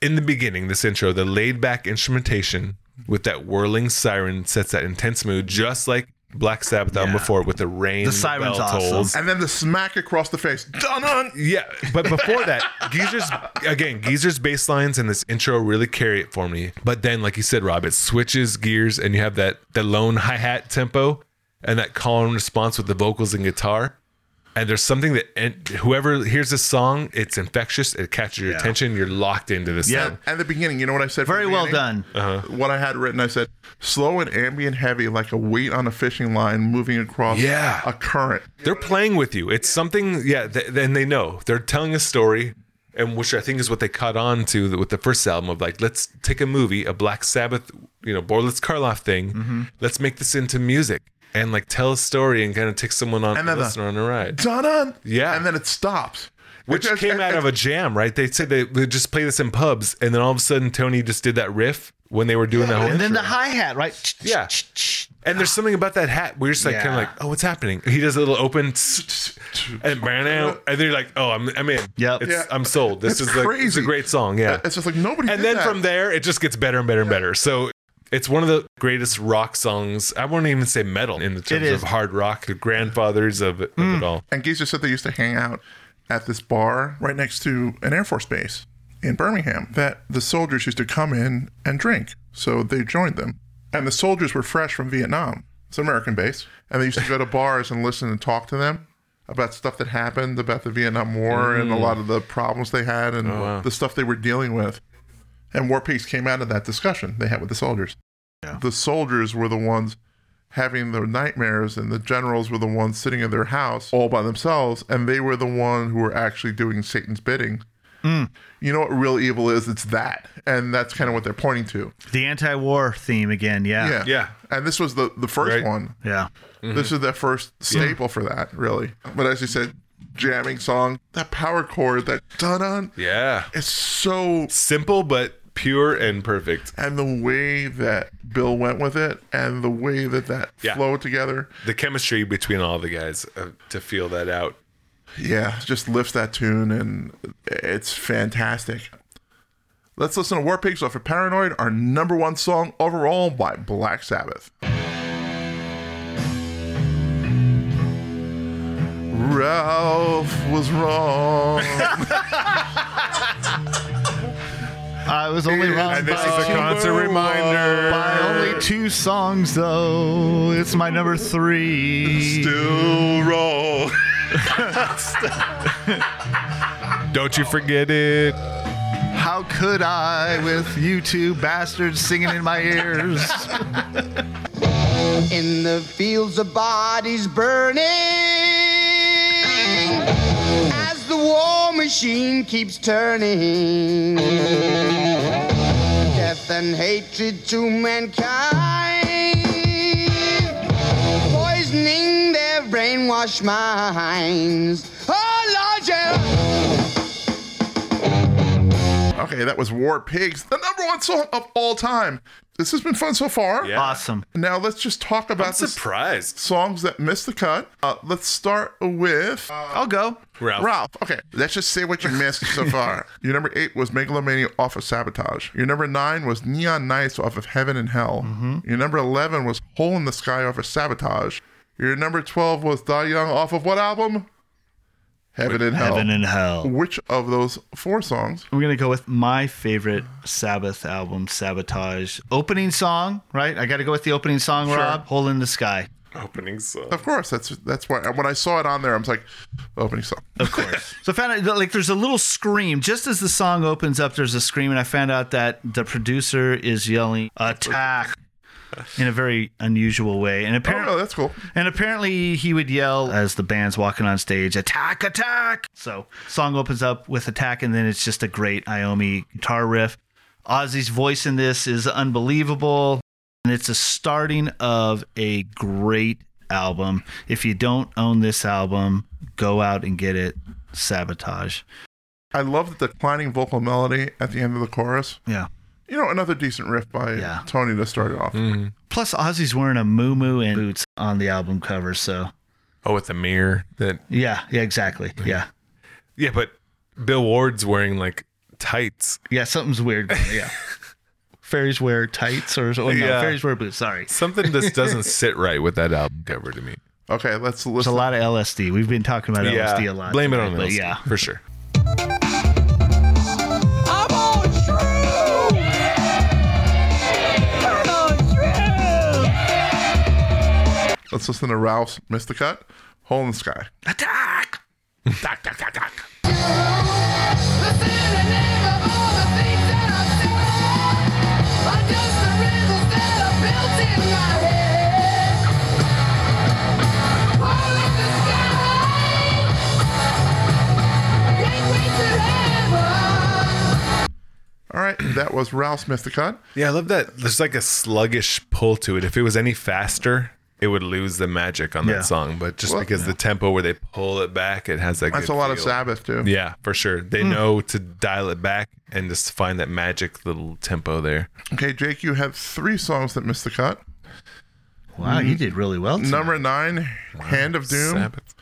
in the beginning, this intro, the laid back instrumentation with that whirling siren sets that intense mood, just like Black Sabbath album before with the rain. The siren's bell awesome. tolls. And then the smack across the face. Dun-dun! Yeah, but before that, Geezer's again, Geezer's bass lines and this intro really carry it for me. But then, like you said, Rob, it switches gears and you have that that lone hi hat tempo and that call and response with the vocals and guitar. And there's something that and whoever hears this song, it's infectious. It catches your attention. You're locked into this Yeah. thing. At the beginning, you know what I said? from Very the well beginning? Uh, done. What I had written, I said, slow and ambient heavy, like a weight on a fishing line moving across Yeah. a current. They're playing with you. It's something, yeah. Th- and they know they're telling a story, and which I think is what they caught on to with the first album of like, let's take a movie, a Black Sabbath, you know, Borlitz Karloff thing, Mm-hmm. let's make this into music and like tell a story and kind of take someone on And and then the- listener on a ride, Dun-dun! Yeah. And then it stops. which It- it- came out it- of a jam, right? They said they would just play this in pubs, and then all of a sudden Tony just did that riff when they were doing that whole. Oh, and then the intro. hi hat, right? Yeah. And there's something about that hat. We're just like kind Yeah. of like, oh, what's happening? He does a little open tss, tss, tss, and burn out, and they're like, oh, I'm I'm in. Yep. It's- Yeah. I'm sold. This It's is like, it's crazy. a great song. Yeah. It's just like nobody and did then that. from there, it just gets better and better and better. So it's one of the greatest rock songs. I won't even say metal in the terms is. Mm. of hard rock. The grandfathers of, of it all. And Geezer said they used to hang out at this bar right next to an Air Force base in Birmingham that the soldiers used to come in and drink. So they joined them. And the soldiers were fresh from Vietnam. It's an American base. And they used to go to bars and listen and talk to them about stuff that happened, about the Vietnam War and a lot of the problems they had and the stuff they were dealing with. And War Pigs came out of that discussion they had with the soldiers. The soldiers were the ones having their nightmares, and the generals were the ones sitting in their house all by themselves, and they were the one who were actually doing Satan's bidding. Mm. You know what real evil is? It's that, and that's kind of what they're pointing to. The anti-war theme again. Yeah. Yeah, Yeah. And this was the the first Right. Mm-hmm. one. Yeah. This is the first staple for that, really. But as you said, jamming song, that power chord, that dun dun, Yeah. it's so Simple, but pure and perfect. and the way that Bill went with it, and the way that that Yeah. flowed together. The chemistry between all the guys uh, to feel that out. Yeah, just lifts that tune and it's fantastic. Let's listen to War Pigs off of Paranoid, our number one song overall by Black Sabbath. Ralph was wrong. I was only wrong And this by, is a concert reminder. by only two songs though. It's my number three. Still roll. Don't you forget it. How could I with you two bastards singing in my ears? In the fields of bodies burning as the war machine keeps turning. Death and hatred to mankind, poisoning their brainwashed minds. Oh, Lord, yeah. Okay, that was War Pigs, the number one song of all time. This has been fun so far. Yeah. Awesome. Now let's just talk I'm about the s- surprised. songs that missed the cut. Uh, let's start with I'll go. Ralph. Ralph. Okay, let's just say what you missed so far. Your number eight was Megalomania off of Sabotage. Your number nine was Neon Nights off of Heaven and Hell. Your number 11 was Hole in the Sky off of Sabotage. Your number 12 was Die Young off of what album? Heaven and Hell. Heaven and Hell. Which of those four songs? I'm gonna go with my favorite Sabbath album, Sabotage. Opening song, right? I gotta go with the opening song, Rob. Hole in the Sky. Opening song. Of course, that's that's why. and When I saw it on there, I was like, opening song. Of course. so I found out that, like there's a little scream just as the song opens up. There's a scream, and I found out that the producer is yelling "attack" in a very unusual way. And Oh, no, apparently, that's cool. and apparently he would yell as the band's walking on stage, "Attack! Attack!" So song opens up with "Attack," and then it's just a great Iomi guitar riff. Ozzy's voice in this is unbelievable, and it's a starting of a great album. If you don't own this album, go out and get it. Sabotage. I love the declining vocal melody at the end of the chorus. Yeah. You know, another decent riff by Yeah. Tony to start it off. Plus, Ozzy's wearing a moo and boots on the album cover. So, Oh, with the mirror. That yeah, yeah, exactly. Yeah. yeah, but Bill Ward's wearing like tights. Yeah, something's weird. going on, Yeah. fairies wear tights or, or no, Yeah. fairies wear boots. Sorry. Something just doesn't sit right with that album cover to me. Okay, let's There's a listen. lot of LSD. We've been talking about LSD a lot. Blame it today, on but us. Yeah. for sure. I'm on shroom! I'm on shroom! Let's listen to Rouse Miss the Cut, Hole in the Sky. Attack! All right, that was Rouse Miss the Cut. Yeah, I love that. There's like a sluggish pull to it. If it was any faster, it would lose the magic on that Yeah. song. But just because the tempo where they pull it back, it has that. That's good a lot of feel. Sabbath, too. Yeah, for sure. They Mm. know to dial it back and just find that magic little tempo there. Okay, Jake, you have three songs that missed the cut. Wow, you did really well. tonight. Number nine, Hand of Doom Sabbath.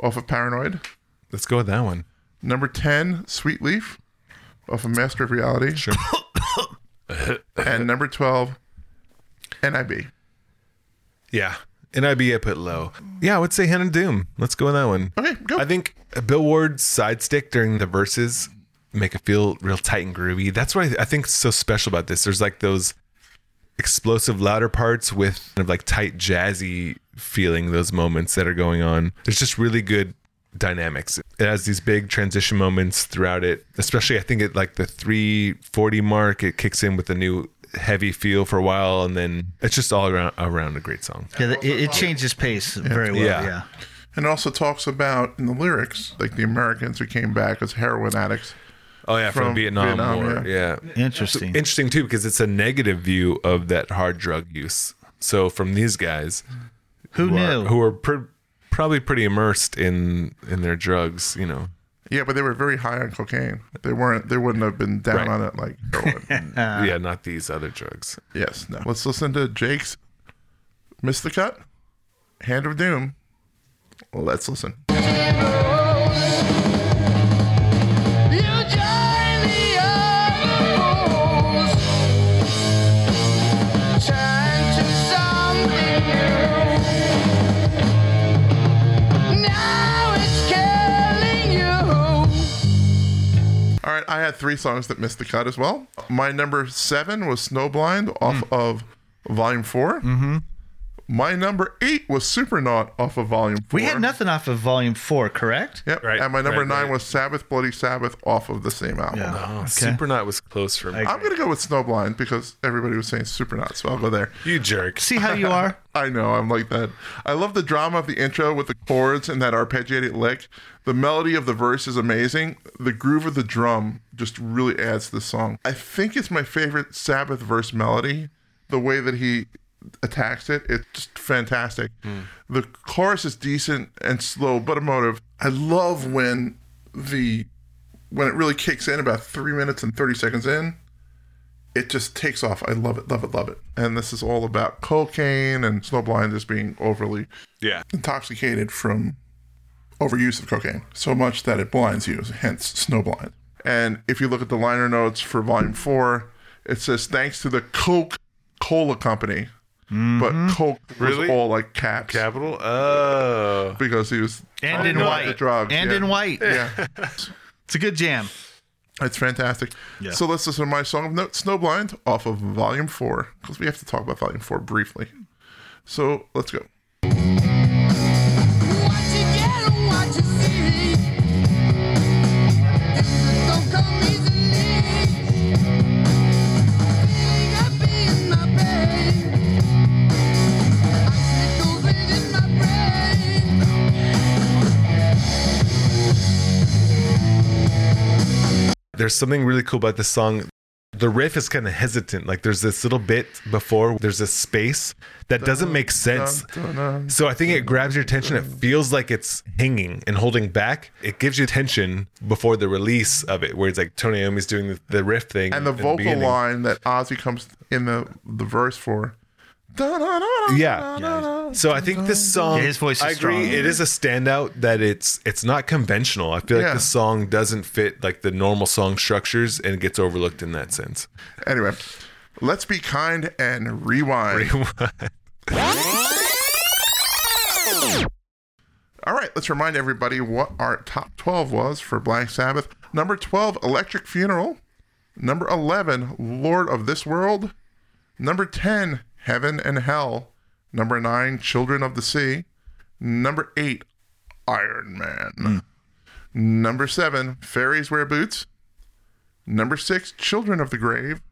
off of Paranoid. Let's go with that one. Number 10, Sweet Leaf off of Master of Reality. Sure. and number 12, NIB. Yeah. NIB I put low. Yeah, I would say Hand of Doom. Let's go with that one. Okay, go. I think Bill Ward's side stick during the verses make it feel real tight and groovy. That's what I, I think is so special about this. There's like those explosive louder parts with kind of like tight jazzy feeling those moments that are going on. There's just really good dynamics. It has these big transition moments throughout it. Especially I think at like the 340 mark it kicks in with a new heavy feel for a while and then it's just all around around a great song. Yeah, the- it, it changes pace very well. Yeah. Yeah. And it also talks about in the lyrics, like the Americans who came back as heroin addicts. Oh yeah, from, From Vietnam, Vietnam, War. Yeah. Interesting. Interesting too because it's a negative view of that hard drug use. So from these guys Who who are, knew? who are pr- probably pretty immersed in in their drugs, you know. Yeah, but they were very high on cocaine. They weren't. They wouldn't have been down Right. on it like heroin. yeah, not these other drugs. yes. No. Let's listen to Jake's "Miss the Cut," "Hand of Doom." Let's listen. All right, I had three songs that missed the cut as well. My number seven was "Snowblind" off of Volume 4 Mm. Mm-hmm. My number eight was "Supernaut" off of Volume Four. we had nothing off of Volume Four, correct? Yep. Right, and my number right, nine right. was Sabbath, Bloody Sabbath off of the same album. Oh, Supernaut was close for me. I'm going to go with Snowblind because everybody was saying Supernaut, so I'll go there. you jerk. See how you are. I know, I'm like that. I love the drama of the intro with the chords and that arpeggiated lick. The melody of the verse is amazing. The groove of the drum just really adds to the song. I think it's my favorite Sabbath verse melody. The way that he attacks it, it's just fantastic. The chorus is decent and slow but emotive. I love when the when it really kicks in, about three minutes and 30 seconds in, it just takes off. I love it, love it, love it. And this is all about cocaine and Snowblind just being overly Yeah. intoxicated from overuse of cocaine so much that it blinds you, hence snowblind. And if you look at the liner notes for volume four, it says thanks to the Coke Cola Company, but Coke was Mm-hmm. Really? all like caps Capital. Oh. because he was And talking in about white. the drugs. and yeah. in white. Yeah, It's a good jam. it's fantastic. So let's listen to my song of note, Snowblind, off of volume four because we have to talk about volume four briefly. So let's go. What you get and what you see. Things don't come easily. Being happy is my pain. I stick over it in my brain. There's something really cool about this song. The riff is kind of hesitant. Like there's this little bit before there's this space that doesn't make sense. Dun-dun-dun. So I think it grabs your attention. It feels like it's hanging and holding back. It gives you tension before the release of it, where it's like Tony Iommi's doing the, the riff thing and the in vocal beginning. line that Ozzy comes in the the verse for. Yeah. So I think this song, Yeah, his voice is I agree. strong. It is a standout that it's it's not conventional. I feel like Yeah. this song doesn't fit like the normal song structures and gets overlooked in that sense. Anyway, let's be kind and rewind. All right, let's remind everybody what our top 12 was for Black Sabbath. Number 12, Electric Funeral. Number 11, Lord of This World. Number 10, Heaven and Hell. Number 9, Children of the Sea. Number 8, Iron Man. Number 7, Fairies Wear Boots. Number 6, Children of the Grave.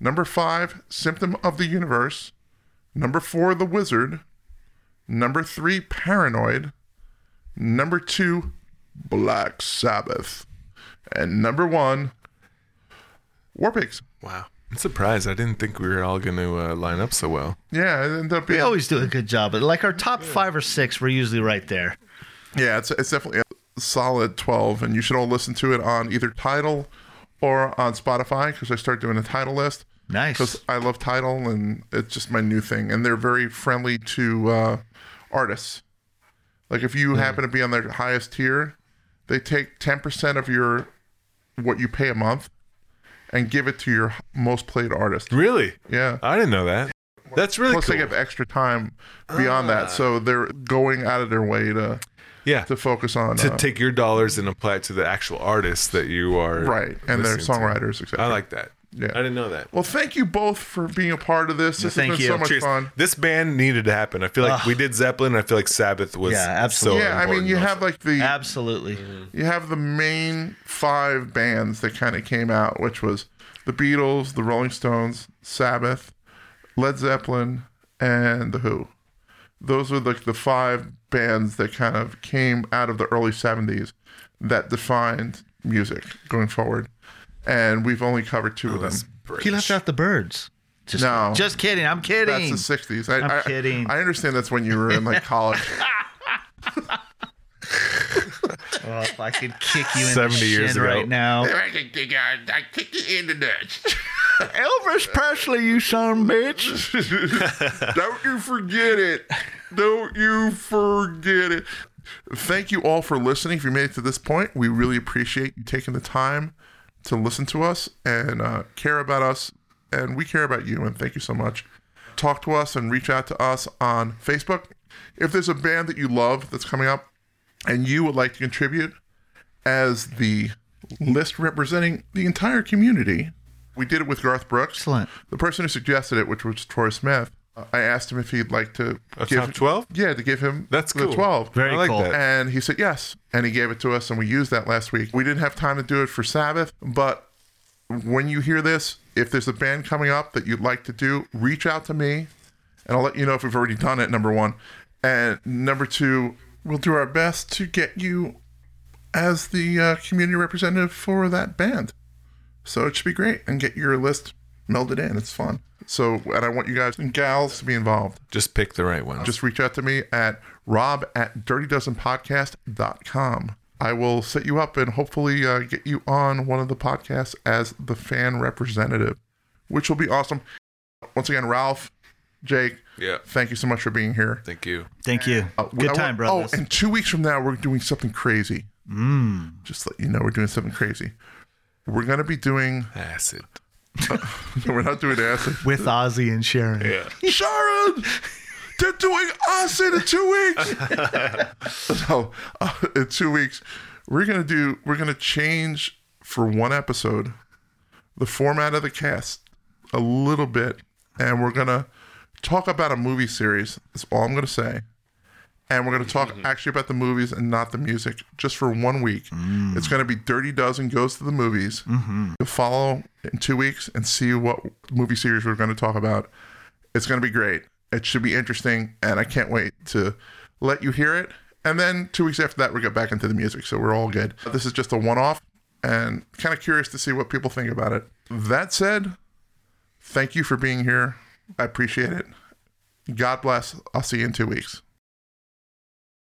Number 5, Symptom of the Universe. Number 4, The Wizard. Number 3, Paranoid. Number 2, Black Sabbath. And number 1, War Pigs. Wow. I'm surprised. I didn't think we were all going to uh, line up so well. Yeah, it ended up They being always do a good job. But like our top five or six, we're usually right there. Yeah, it's it's definitely a solid 12, and you should all listen to it on either Title or on Spotify because I start doing a title list because Nice. I love title and it's just my new thing. And they're very friendly to uh, artists. Like if Hmm. you happen to be on their highest tier, they take 10% of your what you pay a month and give it to your most played artist. Really? Yeah. I didn't know that. That's really Plus, cool. they have extra time beyond that, Ah. so they're going out of their way to yeah. to focus on to uh, take your dollars and apply it to the actual artists that you are right and their listening to. songwriters, etc. I like that. Yeah. I didn't know that. Well, thank you both for being a part of this. This thank has been you. so much Cheers. fun. This band needed to happen. I feel like we did Zeppelin. I feel like Sabbath was Yeah, absolutely. yeah, I mean, you have like the Absolutely. you have the main five bands that kind of came out, which was the Beatles, the Rolling Stones, Sabbath, Led Zeppelin, and the Who. Those were like the five bands that kind of came out of the early '70s that defined music going forward. And we've only covered Oh, two of them. He left out the birds. Just, No. just kidding. I'm kidding. That's the '60s. I, I'm I- kidding. I understand that's when you were in like college. oh, if I could kick you in 70 the years shin ago. right now. I can kick out- I kick you in the nuts. Elvis Presley, you son bitch. Don't you forget it. Don't you forget it. Thank you all for listening. If you made it to this point, we really appreciate you taking the time to listen to us and uh, care about us. And we care about you. And thank you so much. Talk to us and reach out to us on Facebook. If there's a band that you love that's coming up and you would like to contribute as the list representing the entire community, we did it with Garth Brooks. Excellent. The person who suggested it, which was Troy Smith, uh, I asked him if he'd like to A top 12? Yeah, to give him That's the cool. twelve. Very I like cool. that. And he said yes, and he gave it to us, and we used that last week. We didn't have time to do it for Sabbath, but when you hear this, if there's a band coming up that you'd like to do, reach out to me, and I'll let you know if we've already done it. Number one, and number two, we'll do our best to get you as the uh, community representative for that band. So it should be great, and get your list melded in. It's fun. So, and I want you guys and gals to be involved Just pick the right one. just reach out to me at rob at dirtydozenpodcast.com. I will set you up and hopefully uh, get you on one of the podcasts as the fan representative, which will be awesome. Once again, Ralph, Jake, Yeah. thank you so much for being here. Thank you. Thank you. Uh, we- I Good want- time, brothers. Oh, and two weeks from now, we're doing something crazy. Mm. Just let you know, we're doing something crazy. We're gonna be doing. Acid. We're not doing acid. With Ozzy and Sharon. Sharon, they're doing acid in two weeks. so uh, in two weeks, we're gonna do. We're gonna change for one episode the format of the cast a little bit, and we're gonna talk about a movie series. That's all I'm gonna say. And we're going to talk actually about the movies and not the music just for one week. It's going to be Dirty Dozen Goes to the Movies. You'll follow in two weeks and see what movie series we're going to talk about. It's going to be great. It should be interesting, and I can't wait to let you hear it. And then two weeks after that, we get back into the music, so we're all good. This is just a one off, and kind of curious to see what people think about it. That said, thank you for being here. I appreciate it. God bless. I'll see you in two weeks.